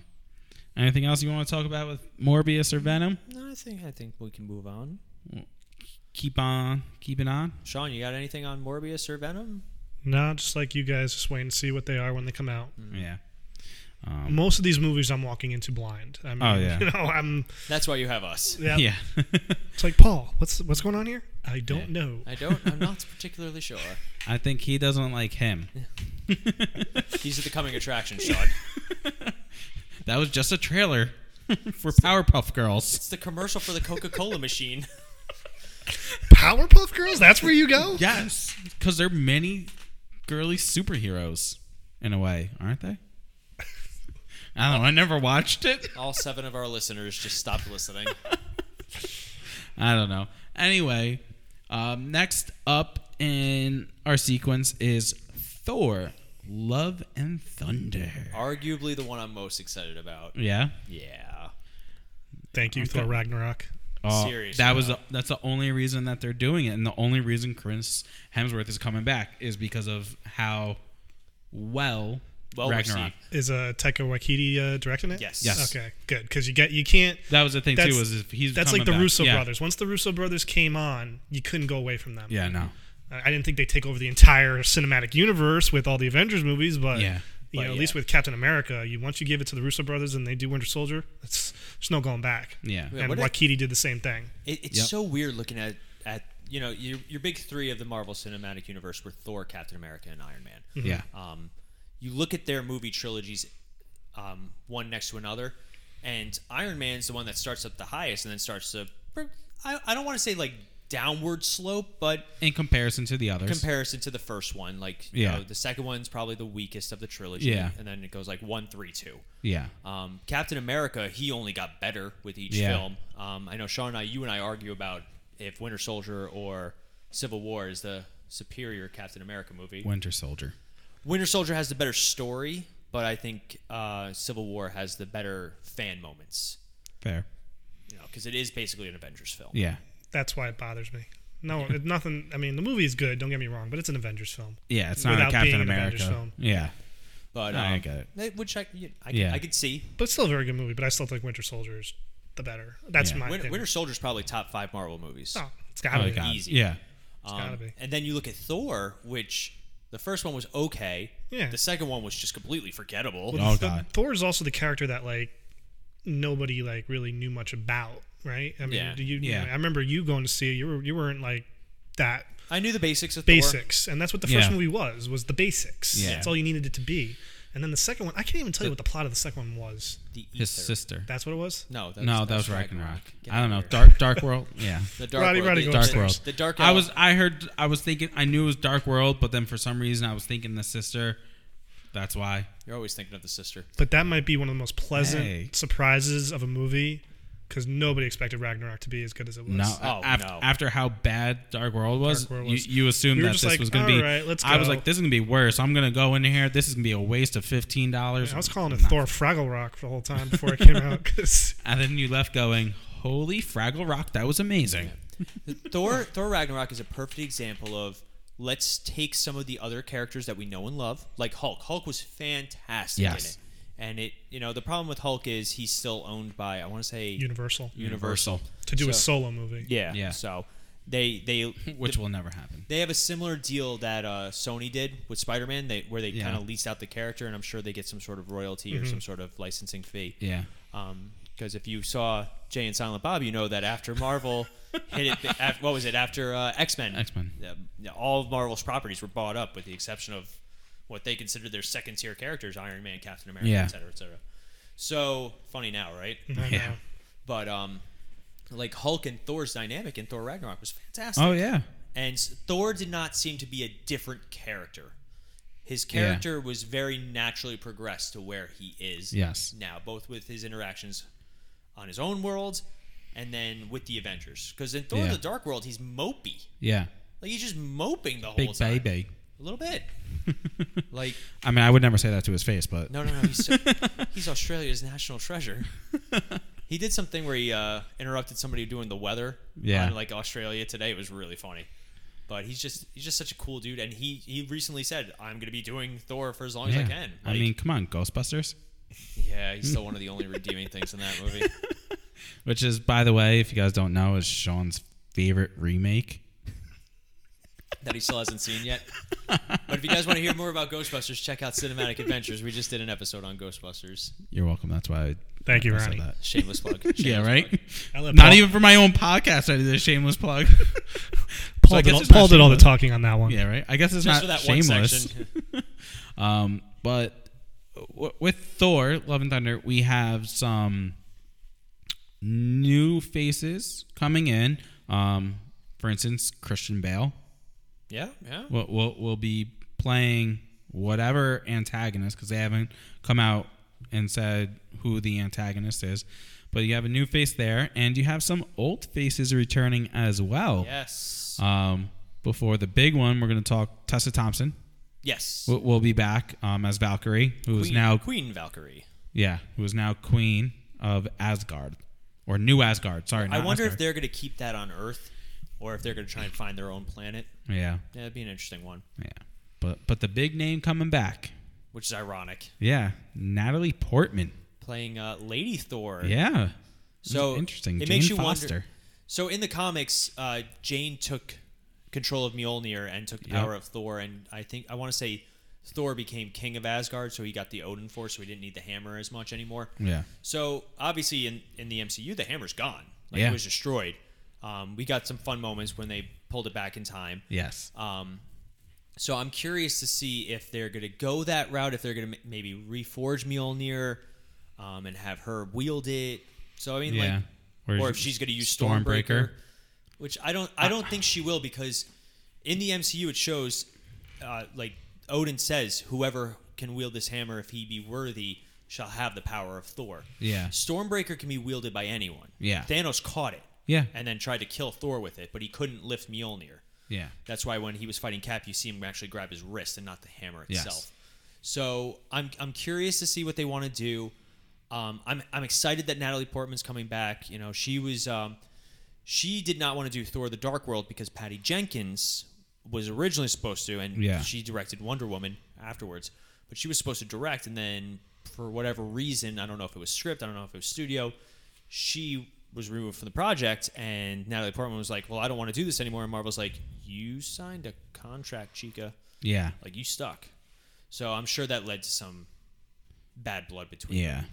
Speaker 1: anything else you want to talk about with Morbius or Venom?
Speaker 2: No, I think I think we can move on.
Speaker 1: Keep on keeping on.
Speaker 2: Sean, you got anything on Morbius or Venom?
Speaker 3: Not just like you guys, just wait and see what they are when they come out.
Speaker 2: Mm-hmm.
Speaker 1: Yeah. Um,
Speaker 3: Most of these movies, I'm walking into blind. I mean,
Speaker 1: Oh, yeah.
Speaker 3: You know, I'm.
Speaker 2: That's why you have us.
Speaker 3: Yeah.
Speaker 1: yeah.
Speaker 3: It's like Paul. What's what's going on here? I don't know.
Speaker 2: I don't. I'm not particularly sure.
Speaker 1: I think he doesn't like him.
Speaker 2: These are the coming attractions, Sean.
Speaker 1: That was just a trailer for Powerpuff Girls.
Speaker 2: It's the commercial for the Coca-Cola machine.
Speaker 3: Powerpuff Girls. That's where you go.
Speaker 1: Yes, because they're many girly superheroes in a way, aren't they? I don't know. I never watched it.
Speaker 2: All seven of our listeners just stopped listening.
Speaker 1: I don't know. Anyway, um, next up in our sequence is Thor: Love and Thunder.
Speaker 2: Arguably the one I'm most excited about.
Speaker 1: Yeah.
Speaker 2: Yeah.
Speaker 3: Thank you, Thor Ragnarok.
Speaker 1: Oh,
Speaker 2: Seriously.
Speaker 1: That was the, that's the only reason that they're doing it, and the only reason Chris Hemsworth is coming back is because of how well,
Speaker 2: Well
Speaker 1: Ragnarok.
Speaker 2: received.
Speaker 3: Is uh, Taika Waititi uh, directing it?
Speaker 2: Yes.
Speaker 1: Yes.
Speaker 3: Okay, good. Because you get you can't.
Speaker 1: That was the thing
Speaker 3: That's-
Speaker 1: too. Was if he's
Speaker 3: That's
Speaker 1: coming
Speaker 3: like the
Speaker 1: back.
Speaker 3: Russo
Speaker 1: yeah.
Speaker 3: brothers. Once the Russo brothers came on, you couldn't go away from them.
Speaker 1: Yeah. No.
Speaker 3: I I didn't think they take over the entire cinematic universe with all the Avengers movies, but
Speaker 1: Yeah.
Speaker 3: you
Speaker 2: But
Speaker 3: know, at
Speaker 2: yeah.
Speaker 3: least with Captain America, you once you give it to the Russo brothers and they do Winter Soldier, it's there's no going back.
Speaker 1: Yeah.
Speaker 2: Yeah.
Speaker 3: and
Speaker 2: what if-
Speaker 3: Wakiti did the same thing.
Speaker 2: It, it's
Speaker 1: Yep.
Speaker 2: so weird looking at at you know your your big three of the Marvel Cinematic Universe were Thor, Captain America, and Iron Man.
Speaker 1: Yeah.
Speaker 2: Um, you look at their movie trilogies, um, one next to another, and Iron Man's the one that starts up the highest and then starts to. I, I don't want to say like downward slope, but
Speaker 1: In comparison to the others.
Speaker 2: comparison to the first one, like you
Speaker 1: Yeah.
Speaker 2: know, the second one's probably the weakest of the trilogy,
Speaker 1: Yeah.
Speaker 2: and then it goes like one, three, two.
Speaker 1: yeah.
Speaker 2: Um, Captain America, he only got better with each
Speaker 1: Yeah.
Speaker 2: film. Um, I know Sean and I, you and I argue about if Winter Soldier or Civil War is the superior Captain America movie.
Speaker 1: Winter Soldier.
Speaker 2: Winter Soldier has the better story, but I think uh, Civil War has the better fan moments.
Speaker 1: Fair.
Speaker 2: You know, because it is basically an Avengers film.
Speaker 1: Yeah.
Speaker 3: That's why it bothers me. No, it, nothing. I mean, the movie is good. Don't get me wrong, but it's an Avengers film.
Speaker 1: Yeah. It's not
Speaker 3: Without
Speaker 1: a Captain
Speaker 3: being an Avengers
Speaker 1: America.
Speaker 3: film.
Speaker 1: Yeah.
Speaker 2: But um,
Speaker 1: I get it.
Speaker 2: they- Which I, you- I,
Speaker 1: Yeah.
Speaker 2: I could see.
Speaker 3: But it's still a very good movie. But I still think Winter Soldier is the better. That's
Speaker 1: Yeah.
Speaker 3: my
Speaker 2: Winter,
Speaker 3: opinion.
Speaker 2: Winter Soldier's probably top five Marvel movies.
Speaker 3: oh, it's gotta
Speaker 1: Oh,
Speaker 3: be.
Speaker 1: God.
Speaker 2: easy.
Speaker 1: Yeah.
Speaker 3: gotta be.
Speaker 2: And then you look at Thor, which the first one was okay.
Speaker 3: Yeah.
Speaker 2: The second one was just completely forgettable.
Speaker 1: Oh,
Speaker 3: Th-
Speaker 1: God.
Speaker 3: Thor is also the character that like nobody like really knew much about, right? I mean,
Speaker 2: Yeah.
Speaker 3: do you,
Speaker 1: Yeah.
Speaker 3: I remember you going to see it. You were you weren't like that
Speaker 2: I knew the basics of Thor.
Speaker 3: basics, and that's what the first
Speaker 1: Yeah.
Speaker 3: movie was was the basics.
Speaker 1: Yeah.
Speaker 3: That's all you needed it to be. And then the second one, I can't even tell you what the plot of the second one was.
Speaker 2: The ether.
Speaker 1: His sister.
Speaker 3: That's what it was.
Speaker 2: No, that
Speaker 1: no,
Speaker 2: was,
Speaker 1: that was
Speaker 2: Ragnarok.
Speaker 1: Ragnarok.
Speaker 2: Get
Speaker 1: I don't
Speaker 2: out
Speaker 1: know.
Speaker 2: of here.
Speaker 1: Dark Dark World. Yeah.
Speaker 2: The dark
Speaker 3: Roddy,
Speaker 2: world.
Speaker 3: Roddy,
Speaker 2: the,
Speaker 3: go
Speaker 1: Dark
Speaker 2: the,
Speaker 3: upstairs.
Speaker 1: World.
Speaker 2: The dark.
Speaker 1: I
Speaker 2: elf.
Speaker 1: was I heard I was thinking I knew it was Dark World, but then for some reason I was thinking the sister. That's why.
Speaker 2: You're always thinking of the sister.
Speaker 3: But that might be one of the most pleasant
Speaker 1: Hey.
Speaker 3: surprises of a movie because nobody expected Ragnarok to be as good as it was.
Speaker 1: No,
Speaker 2: Oh,
Speaker 1: af-
Speaker 2: no.
Speaker 1: after how bad Dark World was,
Speaker 3: Dark World
Speaker 1: you,
Speaker 3: was-
Speaker 1: you assumed
Speaker 3: we were
Speaker 1: that
Speaker 3: just
Speaker 1: this
Speaker 3: like,
Speaker 1: was going to
Speaker 3: "All
Speaker 1: be.
Speaker 3: right, let's
Speaker 1: I was
Speaker 3: go."
Speaker 1: like, this is going to be worse. I'm going to go in here. This is going to be a waste of fifteen dollars.
Speaker 3: I was calling it Thor Fraggle Rock for the whole time before it came out because
Speaker 1: And then you left going, holy Fraggle Rock, that was amazing.
Speaker 2: Thor. Thor Ragnarok is a perfect example of let's take some of the other characters that we know and love, like Hulk. Hulk was fantastic
Speaker 1: Yes.
Speaker 2: in it. And it, you know, the problem with Hulk is he's still owned by I want to say
Speaker 3: Universal
Speaker 1: Universal,
Speaker 3: to do a
Speaker 2: So-
Speaker 3: solo movie.
Speaker 2: Yeah.
Speaker 1: Yeah.
Speaker 2: So they they
Speaker 1: which will never happen.
Speaker 2: they have a similar deal that uh, Sony did with Spider-Man, they, where they
Speaker 1: Yeah.
Speaker 2: kind of lease out the character, and I'm sure they get some sort of royalty or some sort of licensing fee.
Speaker 1: Yeah,
Speaker 2: Because Um, if you saw Jay and Silent Bob, you know that after Marvel hit it, af what was it? After uh, X-Men,
Speaker 1: X-Men.
Speaker 2: uh, all of Marvel's properties were bought up, with the exception of what they considered their second-tier characters: Iron Man, Captain America,
Speaker 1: Yeah.
Speaker 2: et cetera, et cetera. So funny now, right?
Speaker 3: I
Speaker 1: Yeah.
Speaker 3: know.
Speaker 2: But um, like Hulk and Thor's dynamic in Thor Ragnarok was fantastic.
Speaker 1: Oh yeah,
Speaker 2: And Thor did not seem to be a different character. his character was very naturally progressed to where he is
Speaker 1: Yes.
Speaker 2: now, both with his interactions on his own world and then with the Avengers. Because in Thor:
Speaker 1: Yeah.
Speaker 2: The Dark World, he's mopey.
Speaker 1: Yeah.
Speaker 2: Like he's just moping the whole
Speaker 1: Big
Speaker 2: time.
Speaker 1: baby.
Speaker 2: A little bit. like
Speaker 1: I mean, I would never say that to his face, but
Speaker 2: no, no, no. He's, he's Australia's national treasure. He did something where he uh, interrupted somebody doing the weather
Speaker 1: Yeah.
Speaker 2: on like Australia today. It was really funny. But he's just he's just such a cool dude, and he he recently said I'm gonna be doing Thor for as long
Speaker 1: yeah.
Speaker 2: as I can.
Speaker 1: I
Speaker 2: Like,
Speaker 1: mean, come on, Ghostbusters.
Speaker 2: yeah, he's still one of the only redeeming things in that movie.
Speaker 1: Which is, by the way, if you guys don't know, is Sean's favorite remake.
Speaker 2: that he still hasn't seen yet. But if you guys want to hear more about Ghostbusters, check out Cinematic Adventures. We just did an episode on Ghostbusters.
Speaker 1: You're welcome. That's why. I,
Speaker 3: Thank you,
Speaker 1: I said
Speaker 3: Ronnie.
Speaker 1: that.
Speaker 2: Shameless plug. Shameless
Speaker 1: Yeah,
Speaker 2: plug.
Speaker 1: right.
Speaker 3: I let
Speaker 1: Not
Speaker 3: Paul-
Speaker 1: even for my own podcast. I did a shameless plug. So
Speaker 3: Paul,
Speaker 1: I
Speaker 3: did,
Speaker 1: guess
Speaker 3: all,
Speaker 1: it's not
Speaker 3: Paul did all the
Speaker 1: shameless.
Speaker 3: talking on that one.
Speaker 1: Yeah, right. I guess it's
Speaker 2: Just
Speaker 1: not
Speaker 2: for that one
Speaker 1: shameless.
Speaker 2: section.
Speaker 1: Um, but w- with Thor: Love and Thunder, we have some new faces coming in. Um, for instance, Christian Bale
Speaker 2: Yeah, yeah.
Speaker 1: will will, will be playing whatever antagonist because they haven't come out and said who the antagonist is. But you have a new face there, and you have some old faces returning as well.
Speaker 2: Yes.
Speaker 1: Um, before the big one, we're going to talk Tessa Thompson.
Speaker 2: yes.
Speaker 1: We'll, we'll be back um, as Valkyrie, who is
Speaker 2: Queen,
Speaker 1: now
Speaker 2: Queen Valkyrie.
Speaker 1: yeah, who is now queen of Asgard or New Asgard. Sorry,
Speaker 2: I
Speaker 1: not
Speaker 2: wonder if
Speaker 1: Asgard.
Speaker 2: they're going to keep that on Earth, or if they're going to try and find their own planet.
Speaker 1: yeah,
Speaker 2: Yeah, that'd be an interesting one,
Speaker 1: yeah. But but the big name coming back,
Speaker 2: which is ironic.
Speaker 1: yeah, Natalie Portman.
Speaker 2: Playing uh, Lady Thor.
Speaker 1: Yeah,
Speaker 2: So
Speaker 1: interesting.
Speaker 2: It
Speaker 1: Jane
Speaker 2: makes you
Speaker 1: Foster.
Speaker 2: wonder. So in the comics, uh, Jane took control of Mjolnir and took the
Speaker 1: Yep.
Speaker 2: power of Thor, and I think I want to say Thor became king of Asgard, so he got the Odin Force, so he didn't need the hammer as much anymore.
Speaker 1: Yeah,
Speaker 2: So obviously, in in the MCU, the hammer's gone. Like
Speaker 1: Yeah.
Speaker 2: it was destroyed. Um, we got some fun moments when they pulled it back in time.
Speaker 1: yes,
Speaker 2: Um, so I'm curious to see if they're going to go that route, if they're going to m- maybe reforge Mjolnir um, and have her wield it. So I mean,
Speaker 1: yeah.
Speaker 2: like, or if she's going to use Stormbreaker, which I don't, I don't think she will because in the MCU it shows, uh, like Odin says, whoever can wield this hammer, if he be worthy, shall have the power of Thor.
Speaker 1: Yeah.
Speaker 2: Stormbreaker can be wielded by anyone.
Speaker 1: Yeah.
Speaker 2: Thanos caught it
Speaker 1: yeah,
Speaker 2: and then tried to kill Thor with it, but he couldn't lift Mjolnir.
Speaker 1: yeah,
Speaker 2: That's why when he was fighting Cap, you see him actually grab his wrist and not the hammer
Speaker 1: Yes.
Speaker 2: itself. So I'm I'm curious to see what they want to do. Um, I'm I'm excited that Natalie Portman's coming back. You know, she was um, she did not want to do Thor: The Dark World because Patty Jenkins was originally supposed to, and
Speaker 1: Yeah.
Speaker 2: she directed Wonder Woman afterwards. But she was supposed to direct, and then for whatever reason, I don't know if it was script, I don't know if it was studio, she was removed from the project. And Natalie Portman was like, "Well, I don't want to do this anymore." And Marvel's like, "You signed a contract, chica.
Speaker 1: yeah,
Speaker 2: Like you stuck." So I'm sure that led to some bad blood between.
Speaker 1: yeah.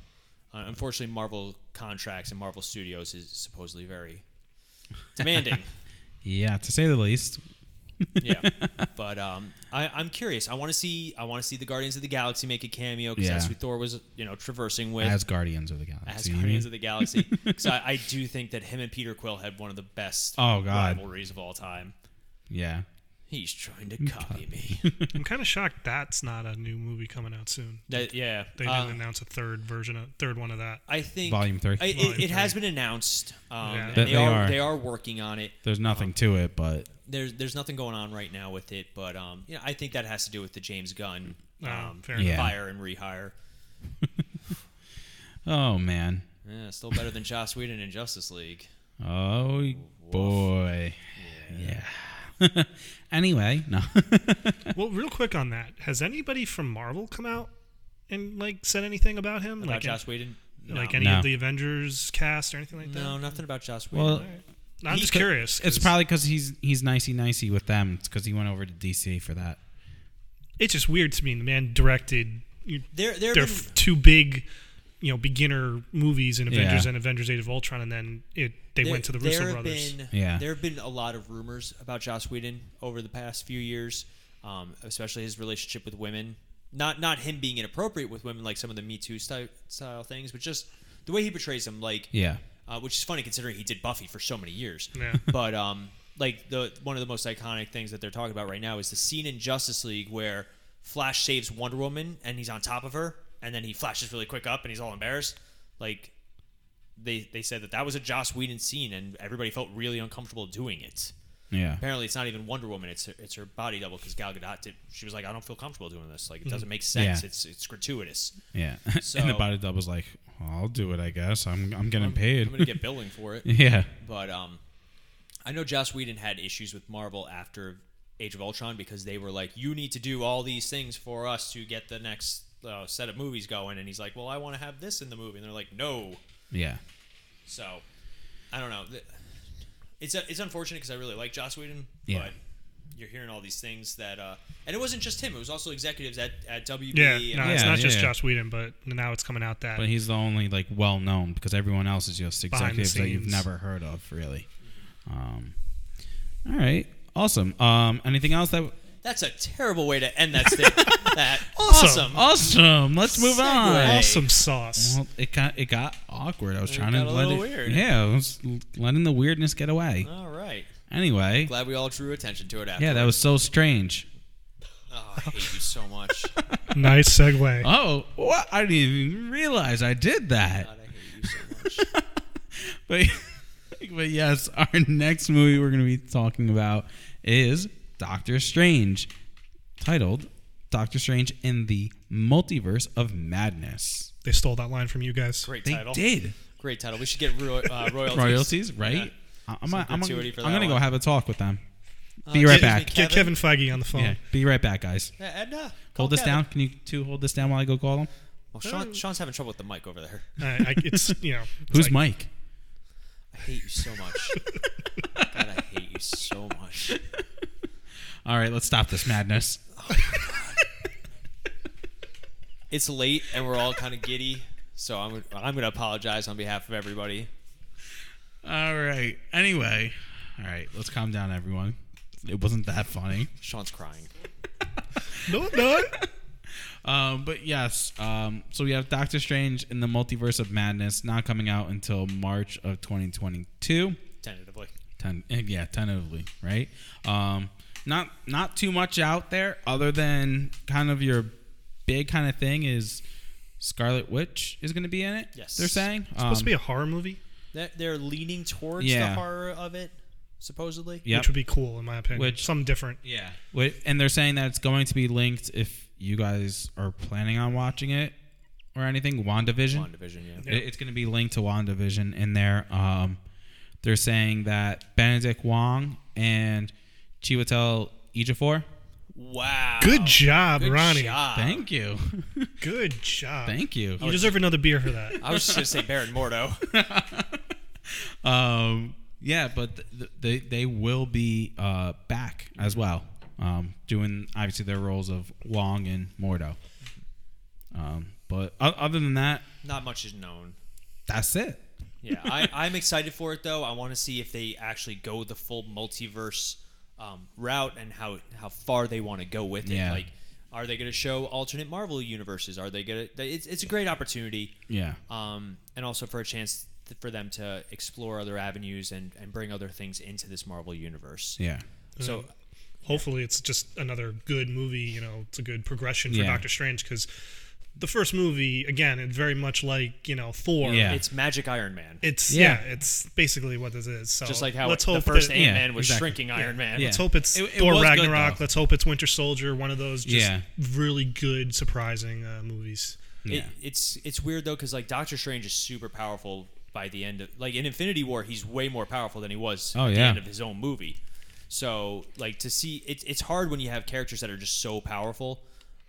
Speaker 2: Uh, unfortunately, Marvel contracts and Marvel Studios is supposedly very demanding.
Speaker 1: Yeah, to say the least.
Speaker 2: yeah but um I, i'm curious i want to see i want to see the guardians of the galaxy make a cameo because that's
Speaker 1: Yeah.
Speaker 2: who thor was you know traversing with
Speaker 1: As Guardians of the Galaxy.
Speaker 2: as
Speaker 1: you
Speaker 2: guardians
Speaker 1: mean?
Speaker 2: of the galaxy because I, I do think that him and peter quill had one of the best
Speaker 1: Oh, God.
Speaker 2: rivalries of all time
Speaker 1: yeah.
Speaker 2: he's trying to copy me
Speaker 3: I'm kind of shocked that's not a new movie coming out soon.
Speaker 2: That- yeah
Speaker 3: They
Speaker 2: uh,
Speaker 3: didn't announce a third version, of third one of that.
Speaker 2: i think
Speaker 1: Volume three.
Speaker 2: I, it,
Speaker 3: Volume
Speaker 2: it has been announced um
Speaker 3: Yeah.
Speaker 2: and
Speaker 1: That
Speaker 2: they,
Speaker 1: they
Speaker 2: are,
Speaker 1: are.
Speaker 2: they are working on it
Speaker 1: There's nothing to it, but
Speaker 2: there's there's nothing going on right now with it, but um, you know, I think that has to do with the James Gunn
Speaker 3: Oh,
Speaker 2: um,
Speaker 3: fair
Speaker 1: enough. Yeah.
Speaker 2: fire and rehire.
Speaker 1: oh man,
Speaker 2: Yeah, still better than Joss Whedon in Justice League.
Speaker 1: oh boy, yeah. anyway, no.
Speaker 3: well, real quick on that, has anybody from Marvel come out and like said anything about him,
Speaker 2: About
Speaker 3: like
Speaker 2: Joss Whedon? No.
Speaker 3: like any
Speaker 1: No.
Speaker 3: of the Avengers cast or anything like that?
Speaker 2: no, nothing about Joss Whedon.
Speaker 1: well,
Speaker 3: No, I'm
Speaker 2: He
Speaker 3: just
Speaker 2: could-
Speaker 3: curious.
Speaker 1: it's
Speaker 3: 'cause
Speaker 1: probably because he's he's nicey nicey with them. It's because he went over to DC for that.
Speaker 3: it's just weird to me. The man directed you,
Speaker 2: there, there,
Speaker 3: their
Speaker 2: have been-
Speaker 3: f- two big, you know, beginner movies in Avengers
Speaker 1: Yeah.
Speaker 3: and Avengers: Age of Ultron, and then it they
Speaker 2: there-
Speaker 3: went to the
Speaker 2: there
Speaker 3: Russo
Speaker 2: have
Speaker 3: brothers.
Speaker 2: Been,
Speaker 1: Yeah.
Speaker 2: there have been a lot of rumors about Joss Whedon over the past few years, um, especially his relationship with women. Not not him being inappropriate with women, like some of the Me Too style, style things, but just the way he portrays them. Like,
Speaker 1: Yeah,
Speaker 2: uh, which is funny considering he did Buffy for so many years.
Speaker 3: Yeah.
Speaker 2: but um, like the one of the most iconic things that they're talking about right now is the scene in Justice League where Flash saves Wonder Woman and he's on top of her, and then he flashes really quick up and he's all embarrassed. Like they they said that that was a Joss Whedon scene, and everybody felt really uncomfortable doing it.
Speaker 1: Yeah.
Speaker 2: Apparently, it's not even Wonder Woman; it's her, it's her body double because Gal Gadot did. She was like, "I don't feel comfortable doing this. Like, it doesn't make sense.
Speaker 1: Yeah.
Speaker 2: It's it's gratuitous.
Speaker 1: Yeah. and the
Speaker 2: So-
Speaker 1: body double's like, I'll do it, I guess. I'm I'm getting paid.
Speaker 2: I'm gonna get billing for it."
Speaker 1: yeah.
Speaker 2: But um, I know Joss Whedon had issues with Marvel after Age of Ultron because they were like, "You need to do all these things for us to get the next uh, set of movies going," and he's like, "Well, I want to have this in the movie," and they're like, "No."
Speaker 1: Yeah.
Speaker 2: So I don't know. Th- It's uh, it's unfortunate because I really like Joss Whedon,
Speaker 1: Yeah.
Speaker 2: but you're hearing all these things that, uh, and it wasn't just him; it was also executives at at WB.
Speaker 3: Yeah,
Speaker 2: and
Speaker 3: no,
Speaker 2: all
Speaker 3: it's
Speaker 1: Yeah,
Speaker 3: not just
Speaker 1: yeah.
Speaker 3: Joss Whedon, but now it's coming out that
Speaker 1: But he's the only like well known because everyone else is just
Speaker 3: Behind the
Speaker 1: executives that you've
Speaker 3: scenes.
Speaker 1: never heard of, really. Um, all right, awesome. Um, anything else that
Speaker 2: That's a terrible way to end that statement. that
Speaker 3: Awesome.
Speaker 2: awesome.
Speaker 1: awesome? Let's move on.
Speaker 2: Segue.
Speaker 3: awesome sauce.
Speaker 1: Well, it got it got awkward. I was
Speaker 2: It
Speaker 1: trying
Speaker 2: got
Speaker 1: to
Speaker 2: a
Speaker 1: let it,
Speaker 2: little weird.
Speaker 1: yeah, I was l- letting the weirdness get away.
Speaker 2: All right.
Speaker 1: Anyway,
Speaker 2: Glad we all drew attention to it after.
Speaker 1: yeah, that was so strange.
Speaker 2: Oh, I hate you so much. God,
Speaker 3: nice segue.
Speaker 1: Oh, what? I didn't even realize I did that.
Speaker 2: I hate you so much.
Speaker 1: but but yes, our next movie we're going to be talking about is Doctor Strange, titled Doctor Strange in the Multiverse of Madness.
Speaker 3: They stole that line from you guys.
Speaker 2: Great
Speaker 1: They
Speaker 2: title.
Speaker 1: did
Speaker 2: Great title. We should get ro- uh, royalties.
Speaker 1: royalties, right?
Speaker 2: Yeah.
Speaker 1: I- I'm,
Speaker 2: Some
Speaker 1: I'm, I'm,
Speaker 2: gratuity for that
Speaker 1: going to go
Speaker 2: one.
Speaker 1: have a talk with them.
Speaker 2: Uh,
Speaker 1: Be right
Speaker 2: excuse
Speaker 1: back.
Speaker 2: me,
Speaker 3: Get Kevin Feige on the phone.
Speaker 1: Yeah, be right back, guys.
Speaker 2: Oh, Yeah, Edna.
Speaker 1: Hold this down. Can you two hold this down while I go call them?
Speaker 2: Well, Sean, Sean's having trouble with the mic over there.
Speaker 3: Uh, I, I, it's you know. it's
Speaker 1: Who's
Speaker 3: like-
Speaker 1: Mike?
Speaker 2: I hate you so much. God, I hate you so much.
Speaker 1: All right, let's stop this madness.
Speaker 2: It's late and we're all kind of giddy, so I'm I'm gonna apologize on behalf of everybody.
Speaker 1: All right. Anyway, all right, let's calm down, everyone. It wasn't that funny.
Speaker 2: Sean's crying.
Speaker 3: No, no.
Speaker 1: Um, but yes, um, so we have Doctor Strange in the Multiverse of Madness, not coming out until March of 2022.
Speaker 2: Tentatively.
Speaker 1: Ten, eh, yeah, tentatively, right? Um, not not too much out there, other than kind of your big kind of thing is Scarlet Witch is going to be in it.
Speaker 2: Yes.
Speaker 1: they're saying Um,
Speaker 3: Supposed to be a horror movie,
Speaker 2: They're, they're leaning towards
Speaker 1: Yeah.
Speaker 2: the horror of it, supposedly.
Speaker 1: Yep.
Speaker 3: which would be cool in my opinion.
Speaker 1: Which-
Speaker 3: Some different.
Speaker 1: Yeah. Wait, and they're saying that it's going to be linked if you guys are planning on watching it or anything. WandaVision.
Speaker 2: WandaVision, yeah.
Speaker 1: It- It's going to be linked to WandaVision in there. Um, they're saying that Benedict Wong and Chiwetel Ejiofor.
Speaker 2: Wow.
Speaker 3: Good job,
Speaker 2: Good
Speaker 3: Ronnie.
Speaker 2: job.
Speaker 1: Thank you.
Speaker 3: Good job.
Speaker 1: Uh, Thank you.
Speaker 3: You deserve another beer for that.
Speaker 2: I was just gonna say Baron Mordo.
Speaker 1: Um, yeah, but th- th- they they will be uh, back as well, um, doing obviously their roles of Wong and Mordo. Um, but o- other than that,
Speaker 2: Not much is known.
Speaker 1: that's it.
Speaker 2: Yeah, I, I'm excited for it though. I want to see if they actually go the full multiverse um, route and how how far they want to go with it.
Speaker 1: Yeah.
Speaker 2: Like, are they going to show alternate Marvel universes? Are they going to? It's it's a great opportunity,
Speaker 1: Yeah.
Speaker 2: um, and also for a chance th- for them to explore other avenues and and bring other things into this Marvel universe.
Speaker 1: Yeah.
Speaker 2: So
Speaker 3: Hopefully, it's just another good movie. You know, it's a good progression for
Speaker 1: Yeah.
Speaker 3: Doctor Strange because the first movie, again, it's very much like you know Thor.
Speaker 1: Yeah.
Speaker 2: it's Magic Iron Man.
Speaker 3: It's
Speaker 1: Yeah.
Speaker 3: yeah. it's basically what this is. So
Speaker 2: just like how
Speaker 3: let's
Speaker 2: the
Speaker 3: hope
Speaker 2: first
Speaker 3: that-
Speaker 2: Ant Man
Speaker 1: Yeah,
Speaker 2: was
Speaker 1: exactly.
Speaker 2: shrinking Iron Man.
Speaker 1: Yeah.
Speaker 3: Let's hope it's
Speaker 1: It- it
Speaker 3: Thor
Speaker 1: was good,
Speaker 3: Ragnarok.
Speaker 1: though.
Speaker 3: Let's hope it's Winter Soldier. One of those just
Speaker 1: Yeah.
Speaker 3: really good, surprising uh, movies.
Speaker 1: Yeah.
Speaker 2: It, it's it's weird though because like Doctor Strange is super powerful by the end of like in Infinity War he's way more powerful than he was
Speaker 1: Oh,
Speaker 2: at the
Speaker 1: yeah.
Speaker 2: end of his own movie. So like to see it's it's hard when you have characters that are just so powerful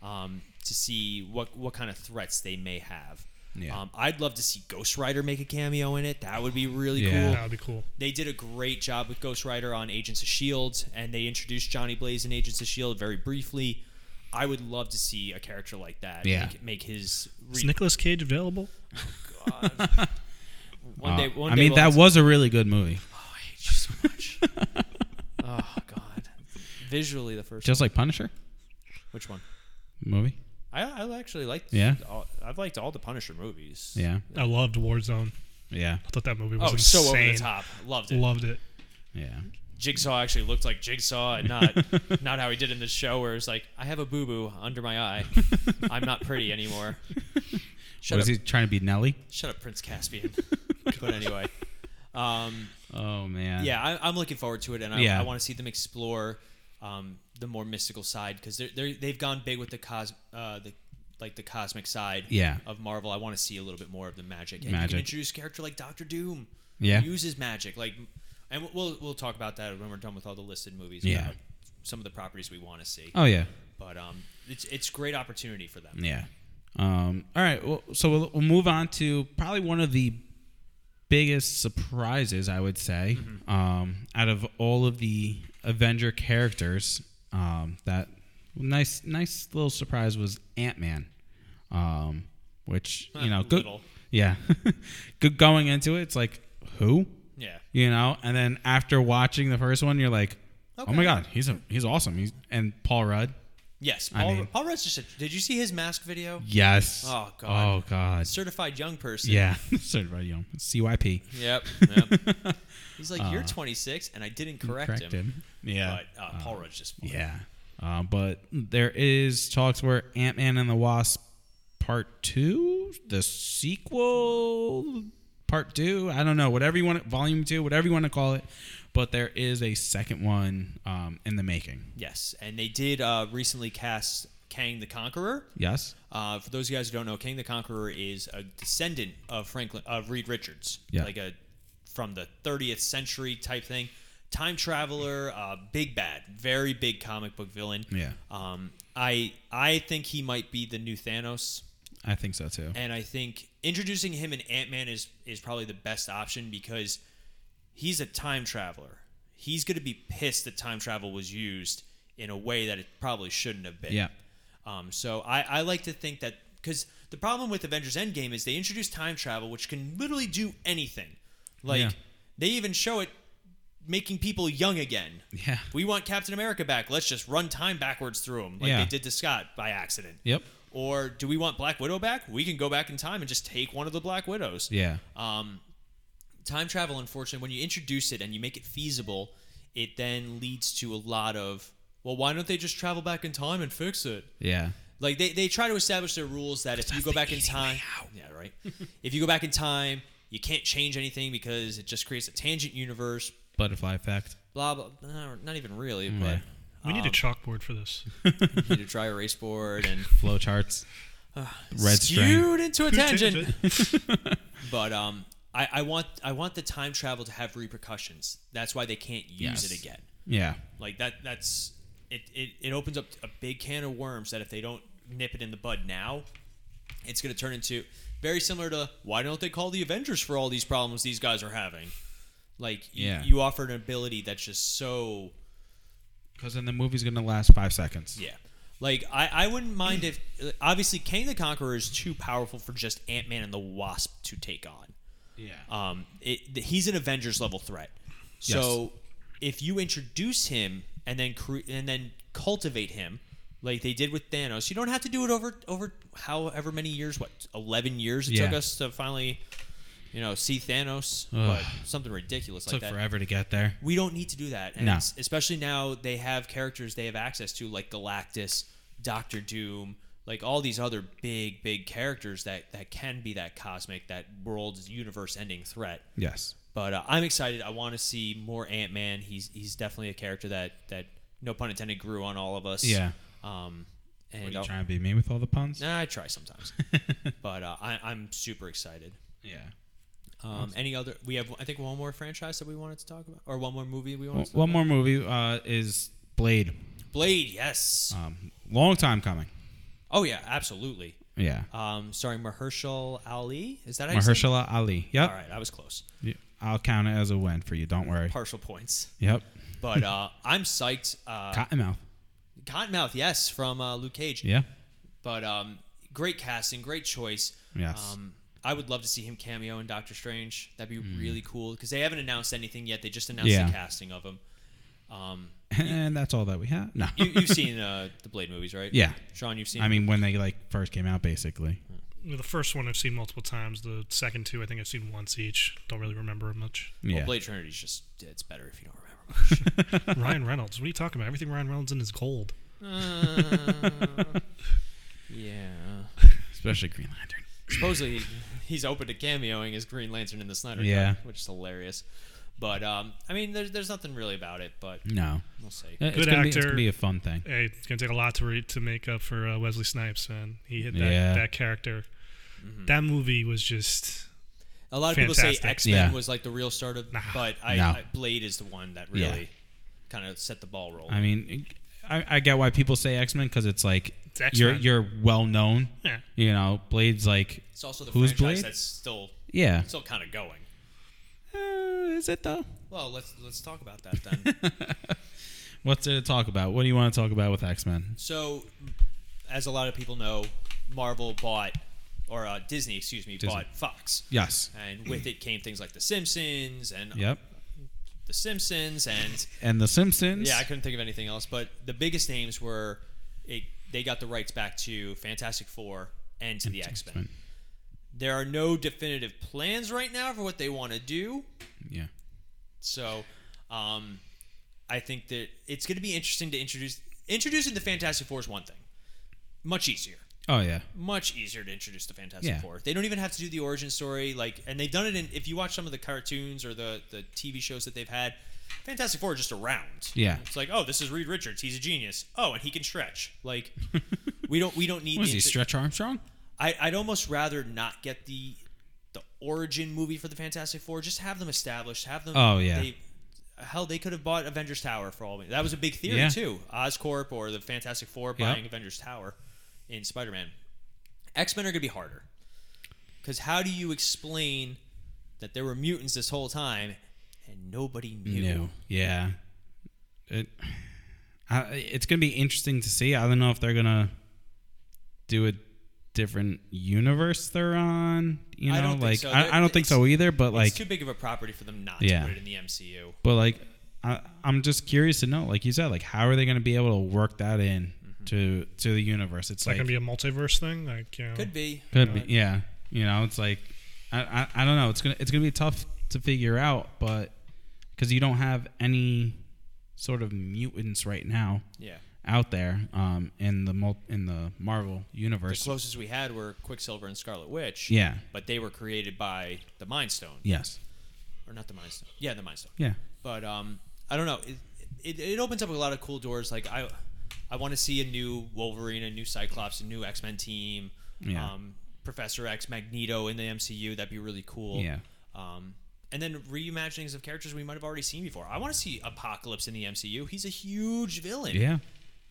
Speaker 2: um, to see what what kind of threats they may have.
Speaker 1: Yeah.
Speaker 2: Um, I'd love to see Ghost Rider make a cameo in it. That would be really
Speaker 1: Yeah.
Speaker 2: cool
Speaker 3: That would be cool.
Speaker 2: they did a great job with Ghost Rider on Agents of Shield, E and they introduced Johnny Blaze in Agents of Shield E very briefly. I would love to see a character like that
Speaker 1: Yeah.
Speaker 2: make, make his
Speaker 3: Is
Speaker 2: re-
Speaker 3: Nicolas Cage available?
Speaker 2: Uh, one
Speaker 1: Uh,
Speaker 2: day. One
Speaker 1: I
Speaker 2: day
Speaker 1: mean,
Speaker 2: we'll
Speaker 1: that
Speaker 2: have to-
Speaker 1: was a really good movie.
Speaker 2: Oh, I hate you so much. oh God, visually the first.
Speaker 1: Just like Punisher
Speaker 2: Which one?
Speaker 1: movie.
Speaker 2: I, I actually liked.
Speaker 1: Yeah.
Speaker 2: All, I've liked all the Punisher movies.
Speaker 1: Yeah.
Speaker 3: I loved Warzone.
Speaker 1: Yeah.
Speaker 3: I thought that movie was
Speaker 2: Oh,
Speaker 3: insane.
Speaker 2: so over the top. Loved it.
Speaker 3: Loved it.
Speaker 1: Yeah.
Speaker 2: Jigsaw actually looked like Jigsaw and not not how he did in this show, where it's like, I have a boo boo under my eye. I'm not pretty anymore. Shut
Speaker 1: was
Speaker 2: up,
Speaker 1: he trying to be Nelly?
Speaker 2: shut up, Prince Caspian. but anyway, um,
Speaker 1: Oh man.
Speaker 2: yeah, I, I'm looking forward to it, and I,
Speaker 1: Yeah.
Speaker 2: I want to see them explore um, the more mystical side because they're, they're they've gone big with the cos uh, the like the cosmic side
Speaker 1: Yeah.
Speaker 2: of Marvel. I want to see a little bit more of the magic. And you
Speaker 1: Magic.
Speaker 2: can introduce a character like Doctor Doom.
Speaker 1: Yeah.
Speaker 2: who uses magic like, and we'll- we'll we'll talk about that when we're done with all the listed movies.
Speaker 1: Yeah.
Speaker 2: about some of the properties we want to see,
Speaker 1: Oh yeah.
Speaker 2: but um, it's it's great opportunity for them.
Speaker 1: Yeah. Um, all right. Well, so we'll, we'll move on to probably one of the biggest surprises, I would say,
Speaker 2: Mm-hmm.
Speaker 1: um, out of all of the Avenger characters. Um, that nice, nice little surprise was Ant Man, um, which you know, good.
Speaker 2: Little.
Speaker 1: Yeah, good going into it. It's like who
Speaker 2: Yeah,
Speaker 1: you know, and then after watching the first one, you're like, oh my
Speaker 2: Okay.
Speaker 1: god, he's a, he's awesome. He's and Paul Rudd.
Speaker 2: yes.
Speaker 1: I
Speaker 2: Paul,
Speaker 1: mean-
Speaker 2: Paul Rudd's just. A, did you see his mask video?
Speaker 1: Yes.
Speaker 2: Oh, God.
Speaker 1: Oh god.
Speaker 2: Certified young person.
Speaker 1: Yeah, certified young. CYP.
Speaker 2: Yep. yep. He's like, you're 26, and I didn't correct,
Speaker 1: Correct
Speaker 2: him.
Speaker 1: him. Uh, Yeah.
Speaker 2: But uh, Paul Rudd's just funny.
Speaker 1: yeah. Uh, but there is talks where Ant Man and the Wasp Part Two, the sequel, Part Two. I don't know, whatever you want, Volume Two, whatever you want to call it. But there is a second one um, in the making.
Speaker 2: Yes, and they did uh, recently cast Kang the Conqueror.
Speaker 1: Yes.
Speaker 2: Uh, for those of you guys who don't know, Kang the Conqueror is a descendant of Franklin of Reed Richards,
Speaker 1: Yeah.
Speaker 2: like a from the 30th century type thing, time traveler, uh, big bad, very big comic book villain.
Speaker 1: Yeah.
Speaker 2: Um, I I think he might be the new Thanos.
Speaker 1: I think so too.
Speaker 2: and I think introducing him in Ant Man is is probably the best option because he's a time traveler. He's going to be pissed that time travel was used in a way that it probably shouldn't have been.
Speaker 1: Yeah.
Speaker 2: Um, so I, I like to think that because the problem with Avengers Endgame is they introduce time travel, which can literally do anything. Like
Speaker 1: Yeah.
Speaker 2: they even show it making people young again.
Speaker 1: Yeah.
Speaker 2: We want Captain America back. Let's just run time backwards through him, like
Speaker 1: Yeah.
Speaker 2: they did to Scott by accident.
Speaker 1: Yep.
Speaker 2: Or do we want Black Widow back? We can go back in time and just take one of the Black Widows.
Speaker 1: Yeah.
Speaker 2: Um, time travel, unfortunately, when you introduce it and you make it feasible, it then leads to a lot of, well, why don't they just travel back in time and fix it?
Speaker 1: Yeah.
Speaker 2: Like they, they try to establish their rules that if you go back in time, yeah, right. if you go back in time, you can't change anything because it just creates a tangent universe.
Speaker 1: Butterfly effect.
Speaker 2: Blah blah. blah not even really,
Speaker 1: Mm, Yeah.
Speaker 4: We
Speaker 2: Um,
Speaker 4: need a chalkboard for this.
Speaker 2: but you need a dry erase board and
Speaker 1: Flow charts.
Speaker 2: Uh,
Speaker 1: Red string.
Speaker 2: skewed into a tangent.
Speaker 4: Tangent.
Speaker 2: But um, I, I want I want the time travel to have repercussions. That's why they can't use
Speaker 1: Yes.
Speaker 2: it again.
Speaker 1: Yeah.
Speaker 2: Like that. That's it, it. It opens up a big can of worms that if they don't nip it in the bud now, it's going to turn into very similar to why don't they call the Avengers for all these problems these guys are having? Like y-
Speaker 1: Yeah.
Speaker 2: you offer an ability that's just so
Speaker 1: Because then the movie's gonna last five seconds.
Speaker 2: yeah. Like I, I wouldn't mind if obviously Kang the Conqueror is too powerful for just Ant Man and the Wasp to take on.
Speaker 1: Yeah.
Speaker 2: um, it, th- he's an Avengers level threat. So if you introduce him and then cre- and then cultivate him like they did with Thanos, you don't have to do it over over however many years. What eleven years it took
Speaker 1: Yeah.
Speaker 2: us to finally, you know, see Thanos,
Speaker 1: Ugh.
Speaker 2: but something ridiculous like
Speaker 1: took
Speaker 2: that.
Speaker 1: forever to get there.
Speaker 2: We don't need to do that, and
Speaker 1: No.
Speaker 2: it's- especially now they have characters they have access to like Galactus, Doctor Doom, like all these other big big characters that that can be that cosmic, that world's universe-ending threat.
Speaker 1: Yes.
Speaker 2: But uh, I'm excited. I want to see more Ant Man. He's he's definitely a character that that no pun intended grew on all of us.
Speaker 1: Yeah.
Speaker 2: Um,
Speaker 1: Are
Speaker 2: and
Speaker 1: you
Speaker 2: I'll-
Speaker 1: trying to be me with all the puns?
Speaker 2: nah, I try sometimes, but uh, I, I'm super excited.
Speaker 1: Yeah.
Speaker 2: Um, any other? We have I think one more franchise that we wanted to talk about, or one more movie we wanted.
Speaker 1: Well,
Speaker 2: to talk
Speaker 1: one more movie uh, is Blade.
Speaker 2: about. Blade. Yes.
Speaker 1: Um, long time coming.
Speaker 2: oh yeah, absolutely.
Speaker 1: Yeah.
Speaker 2: Um, starring Mahershala Ali. Is that how you say it?
Speaker 1: Mahershala Ali. Yep.
Speaker 2: All right, I was close.
Speaker 1: Y- I'll count it as a win for you. Don't worry.
Speaker 2: Partial points,
Speaker 1: Yep.
Speaker 2: but uh, I'm psyched. Uh,
Speaker 1: Cottonmouth.
Speaker 2: Cottonmouth, yes, from uh, Luke Cage.
Speaker 1: Yeah.
Speaker 2: But um, great casting, great choice.
Speaker 1: Yes.
Speaker 2: Um, I would love to see him cameo in Doctor Strange. That'd be really cool because they haven't announced anything yet. They just announced
Speaker 1: Mm. Yeah.
Speaker 2: the casting of him. Um,
Speaker 1: And that's all that we have. No.
Speaker 2: you, you've seen uh, the Blade movies, right?
Speaker 1: Yeah.
Speaker 2: Sean, you've seen.
Speaker 1: I mean, when they like first came out, basically.
Speaker 4: The first one I've seen multiple times. The second two I think I've seen once each. Don't really remember much.
Speaker 2: well,
Speaker 1: Yeah.
Speaker 2: Blade Trinity's just it's better if you don't remember
Speaker 4: Ryan Reynolds. What are you talking about? Everything Ryan Reynolds in is gold.
Speaker 2: Uh, yeah.
Speaker 1: especially Green Lantern.
Speaker 2: supposedly he's open to cameoing as Green Lantern in the Snyder
Speaker 1: Yeah.
Speaker 2: Cut, which is hilarious. But um, I mean, there's there's nothing really about it, but
Speaker 1: No,
Speaker 2: we'll see.
Speaker 1: Uh, it's
Speaker 4: Good
Speaker 1: gonna Be, it's
Speaker 4: actor.
Speaker 1: gonna be a fun thing.
Speaker 4: Hey, it's gonna take a lot to re- to make up for uh, Wesley Snipes, man. He hit that
Speaker 1: Yeah.
Speaker 4: that character. That movie was just
Speaker 2: A lot of people say
Speaker 4: Fantastic.
Speaker 2: X Men
Speaker 1: Yeah.
Speaker 2: was like the real start of, but I,
Speaker 1: No.
Speaker 2: I Blade is the one that
Speaker 1: Yeah.
Speaker 2: really kind of set the ball rolling.
Speaker 1: I mean, I, I get why people say X Men because it's like
Speaker 4: It's X-Men.
Speaker 1: you're you're well known.
Speaker 3: eh.
Speaker 4: yeah.
Speaker 1: You know, Blade's like
Speaker 2: it's also the
Speaker 1: who's
Speaker 2: franchise
Speaker 1: Blade?
Speaker 2: that's still
Speaker 1: yeah.
Speaker 2: still kind of going.
Speaker 1: Uh, is it though?
Speaker 2: Well, let's let's talk about that then.
Speaker 1: What's there to talk about? What do you want to talk about with X Men?
Speaker 2: so, as a lot of people know, Marvel bought or uh, Disney, excuse me,
Speaker 1: Disney.
Speaker 2: bought Fox,
Speaker 1: Yes.
Speaker 2: and with it came things like The Simpsons and
Speaker 1: Yep.
Speaker 2: The Simpsons, and
Speaker 1: And The Simpsons.
Speaker 2: yeah, I couldn't think of anything else. But the biggest names were it, they got the rights back to Fantastic Four and to the X Men. There are no definitive plans right now for what they want to do,
Speaker 1: Yeah.
Speaker 2: so um, I think that it's going to be interesting to introduce introducing the Fantastic Four is one thing, much easier.
Speaker 1: Oh yeah.
Speaker 2: Much easier to introduce the Fantastic
Speaker 1: Yeah.
Speaker 2: Four. They don't even have to do the origin story, like, and they've done it in. If you watch some of the cartoons or the the TV shows that they've had, Fantastic Four are just around.
Speaker 1: Yeah.
Speaker 2: It's like, oh, this is Reed Richards. He's a genius. Oh, and he can stretch. Like, we don't we don't need.
Speaker 1: Was
Speaker 2: the
Speaker 1: he
Speaker 2: intro-
Speaker 1: Stretch Armstrong?
Speaker 2: I I'd almost rather not get the the origin movie for the Fantastic Four. Just have them established. Have them.
Speaker 1: Oh, yeah.
Speaker 2: They, hell, they could have bought Avengers Tower for all. we- That was a big theory
Speaker 1: Yeah.
Speaker 2: too. Oscorp or the Fantastic Four buying Avengers Tower in Spider Man. X Men are gonna be harder because how do you explain that there were mutants this whole time and nobody knew?
Speaker 1: No. Yeah. It. I, it's gonna be interesting to see. I don't know if they're gonna do a different universe they're on. You know,
Speaker 2: I don't think
Speaker 1: like
Speaker 2: so.
Speaker 1: I, I don't think
Speaker 2: It's-
Speaker 1: so either. But like,
Speaker 2: it's too big of a property for them not
Speaker 1: Yeah.
Speaker 2: to put it in the MCU.
Speaker 1: But like, I, I'm just curious to know, like you said, like how are they going to be able to work that in
Speaker 2: Mm-hmm.
Speaker 1: to to the universe? It's
Speaker 4: Is that
Speaker 1: like
Speaker 4: gonna be a multiverse thing? Like, you know,
Speaker 2: Could be.
Speaker 1: could be, yeah, you know, it's like I, I I don't know. It's gonna it's gonna be tough to figure out, but because you don't have any sort of mutants right now
Speaker 2: Yeah.
Speaker 1: out there um in the mul- in the Marvel
Speaker 2: The
Speaker 1: universe.
Speaker 2: closest we had were Quicksilver and Scarlet Witch.
Speaker 1: Yeah.
Speaker 2: But they were created by the Mind Stone.
Speaker 1: Yes.
Speaker 2: Or not the Mind Stone. Yeah, the Mind Stone.
Speaker 1: Yeah.
Speaker 2: But um, I don't know. It, it, it opens up a lot of cool doors. Like, I I want to see a new Wolverine, a new Cyclops, a new X Men team.
Speaker 1: Yeah.
Speaker 2: Um, Professor X, Magneto in the MCU. That'd be really cool.
Speaker 1: Yeah.
Speaker 2: Um, and then reimaginings of characters we might have already seen before. I want to see Apocalypse in the MCU. He's a huge villain.
Speaker 1: Yeah.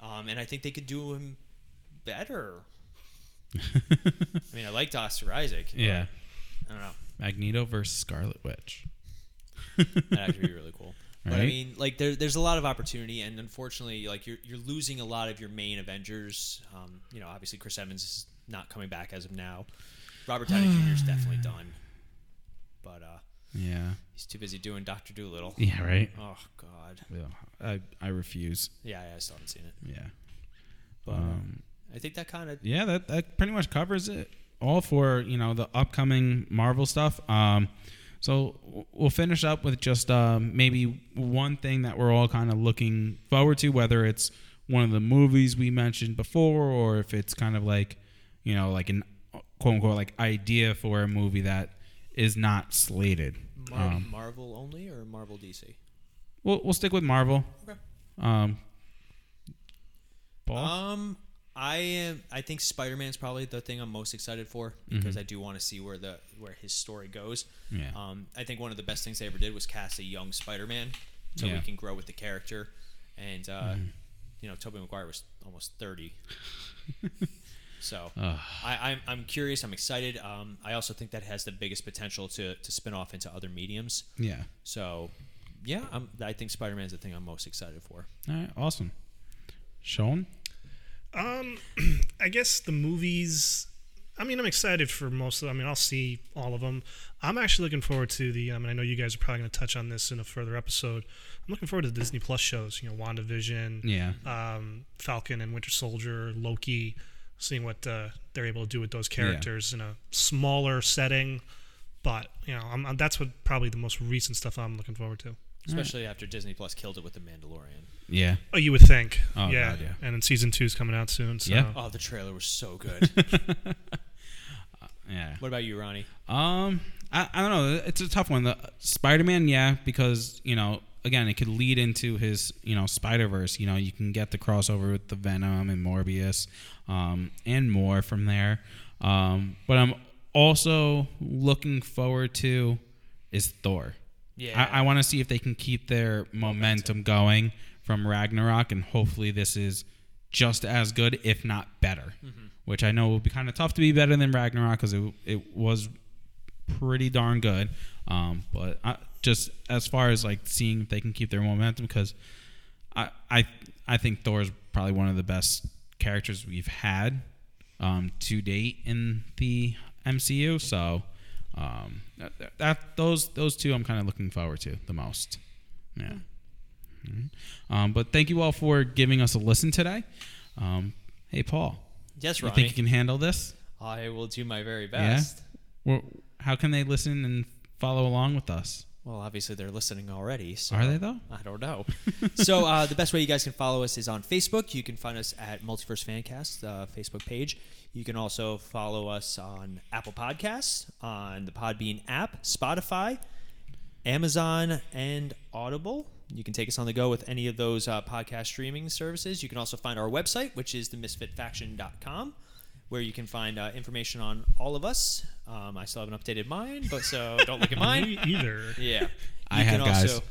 Speaker 2: Um, and I think they could do him better. I mean, I liked Oscar Isaac. but
Speaker 1: Yeah.
Speaker 2: I don't know.
Speaker 1: Magneto versus Scarlet Witch.
Speaker 2: That actually would be really cool. But I
Speaker 1: Right?
Speaker 2: mean, like there, there's a lot of opportunity, and unfortunately, like you're you're losing a lot of your main Avengers. Um, you know, obviously Chris Evans is not coming back as of now. Robert Downey Jr. is definitely done, but uh,
Speaker 1: Yeah.
Speaker 2: he's too busy doing Doctor Doolittle.
Speaker 1: Yeah. Right.
Speaker 2: Oh God,
Speaker 1: Yeah. I I refuse.
Speaker 2: yeah, yeah, I still haven't seen it.
Speaker 1: Yeah.
Speaker 2: But
Speaker 1: Um,
Speaker 2: I think that kind of
Speaker 1: yeah, that, that pretty much covers it all for you know the upcoming Marvel stuff. Um, so w- we'll finish up with just um, maybe one thing that we're all kind of looking forward to, whether it's one of the movies we mentioned before, or if it's kind of like you know like an quote unquote like idea for a movie that is not slated.
Speaker 2: Mar-
Speaker 1: Um,
Speaker 2: Marvel only or Marvel DC.
Speaker 1: we'll we'll stick with Marvel.
Speaker 2: Okay.
Speaker 1: Um, Paul?
Speaker 2: Um, I am. I think Spider Man's probably the thing I'm most excited for because
Speaker 1: Mm-hmm.
Speaker 2: I do want to see where the where his story goes.
Speaker 1: Yeah.
Speaker 2: Um, I think one of the best things they ever did was cast a young Spider Man, so
Speaker 1: Yeah. Mm-hmm.
Speaker 2: we can grow with the character, and uh, you know, Tobey Maguire was almost thirty. So
Speaker 1: Ugh.
Speaker 2: I, I'm, I'm curious. I'm excited. Um, I also think that has the biggest potential to, to spin off into other mediums.
Speaker 1: yeah.
Speaker 2: So, yeah, I'm, I think Spider Man's the thing I'm most excited for.
Speaker 1: All right. Awesome. Sean.
Speaker 4: um,
Speaker 3: I guess the movies. I mean, I'm excited for most of them. I mean, I'll see all of them. I'm actually looking forward to the. Um, and I know you guys are probably going to touch on this in a further episode. I'm looking forward to the Disney Plus shows. You know, WandaVision,
Speaker 1: Yeah.
Speaker 3: um, Falcon and Winter Soldier, Loki, seeing what uh, they're able to do with those characters in a smaller setting. But you know, I'm, I'm- that's what probably the most recent stuff I'm looking forward to.
Speaker 2: especially after Disney Plus killed it with The Mandalorian.
Speaker 1: Yeah.
Speaker 3: Oh, you would think.
Speaker 1: Oh,
Speaker 3: yeah.
Speaker 1: God, yeah.
Speaker 3: And then season two's coming out soon. So.
Speaker 1: Yeah.
Speaker 2: Oh, the trailer was so good.
Speaker 1: Yeah.
Speaker 2: what about you, Ronnie?
Speaker 1: Um, I, I don't know. It's a tough one. The Spider-Man, yeah, because you know, again, it could lead into his you know Spider-Verse. You know, you can get the crossover with the Venom and Morbius, um, and more from there. Um, but I'm also looking forward to is Thor.
Speaker 2: Yeah.
Speaker 1: I, I want to see if they can keep their momentum going from Ragnarok, and hopefully this is just as good, if not better. Which I know will be kind of tough to be better than Ragnarok because it it was pretty darn good. Um, but I, just as far as like seeing if they can keep their momentum, because I I I think Thor is probably one of the best characters we've had um, to date in the MCU. So um, that, that those those two I'm kind of looking forward to the most. Yeah. Mhm. Um, but thank you all for giving us a listen today. Um, hey Paul,
Speaker 2: Yes,
Speaker 1: you
Speaker 2: Ronnie.
Speaker 1: think you can handle this?
Speaker 2: I will do my very best.
Speaker 1: Well, how can they listen and follow along with us?
Speaker 2: Well, obviously they're listening already. So
Speaker 1: Are they though?
Speaker 2: I don't know. so uh, the best way you guys can follow us is on Facebook. You can find us at Multiverse Fancast uh, Facebook page. You can also follow us on Apple Podcasts, on the Podbean app, Spotify, Amazon, and Audible. You can take us on the go with any of those uh, podcast streaming services. You can also find our website, which is themisfitfaction.com, where you can find uh, information on all of us. Um, I still haven't updated mine, but so don't look at mine.
Speaker 3: Me either.
Speaker 2: Yeah.
Speaker 1: I
Speaker 2: You
Speaker 1: have,
Speaker 2: can
Speaker 1: guys.
Speaker 2: also-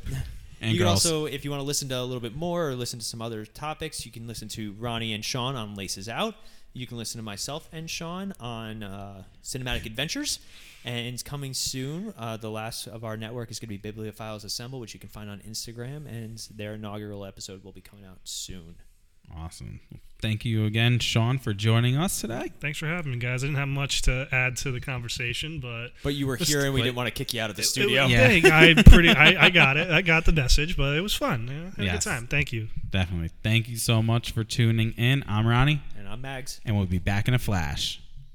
Speaker 1: And
Speaker 2: you
Speaker 1: girls,
Speaker 2: can also, if you want to listen to a little bit more or listen to some other topics, you can listen to Ronnie and Sean on Laces Out. You can listen to myself and Sean on uh, Cinematic Adventures. And coming soon, uh, the last of our network is going to be Bibliophiles Assemble, which you can find on Instagram. And their inaugural episode will be coming out soon.
Speaker 1: awesome. Thank you again, Sean, for joining us today.
Speaker 3: Thanks for having me, guys. I didn't have much to add to the conversation, but
Speaker 2: But you were
Speaker 3: Just-
Speaker 2: here, and we
Speaker 1: but-
Speaker 2: didn't want to kick you out of the
Speaker 3: it was-
Speaker 2: studio.
Speaker 1: Yeah.
Speaker 3: dang, I pretty, I, I got it. I got the message, but it was fun. Yeah, had
Speaker 1: Yes.
Speaker 3: a good time. Thank you.
Speaker 1: Definitely. Thank you so much for tuning in. I'm Ronnie,
Speaker 2: And I'm Mags.
Speaker 1: and we'll be back in a flash.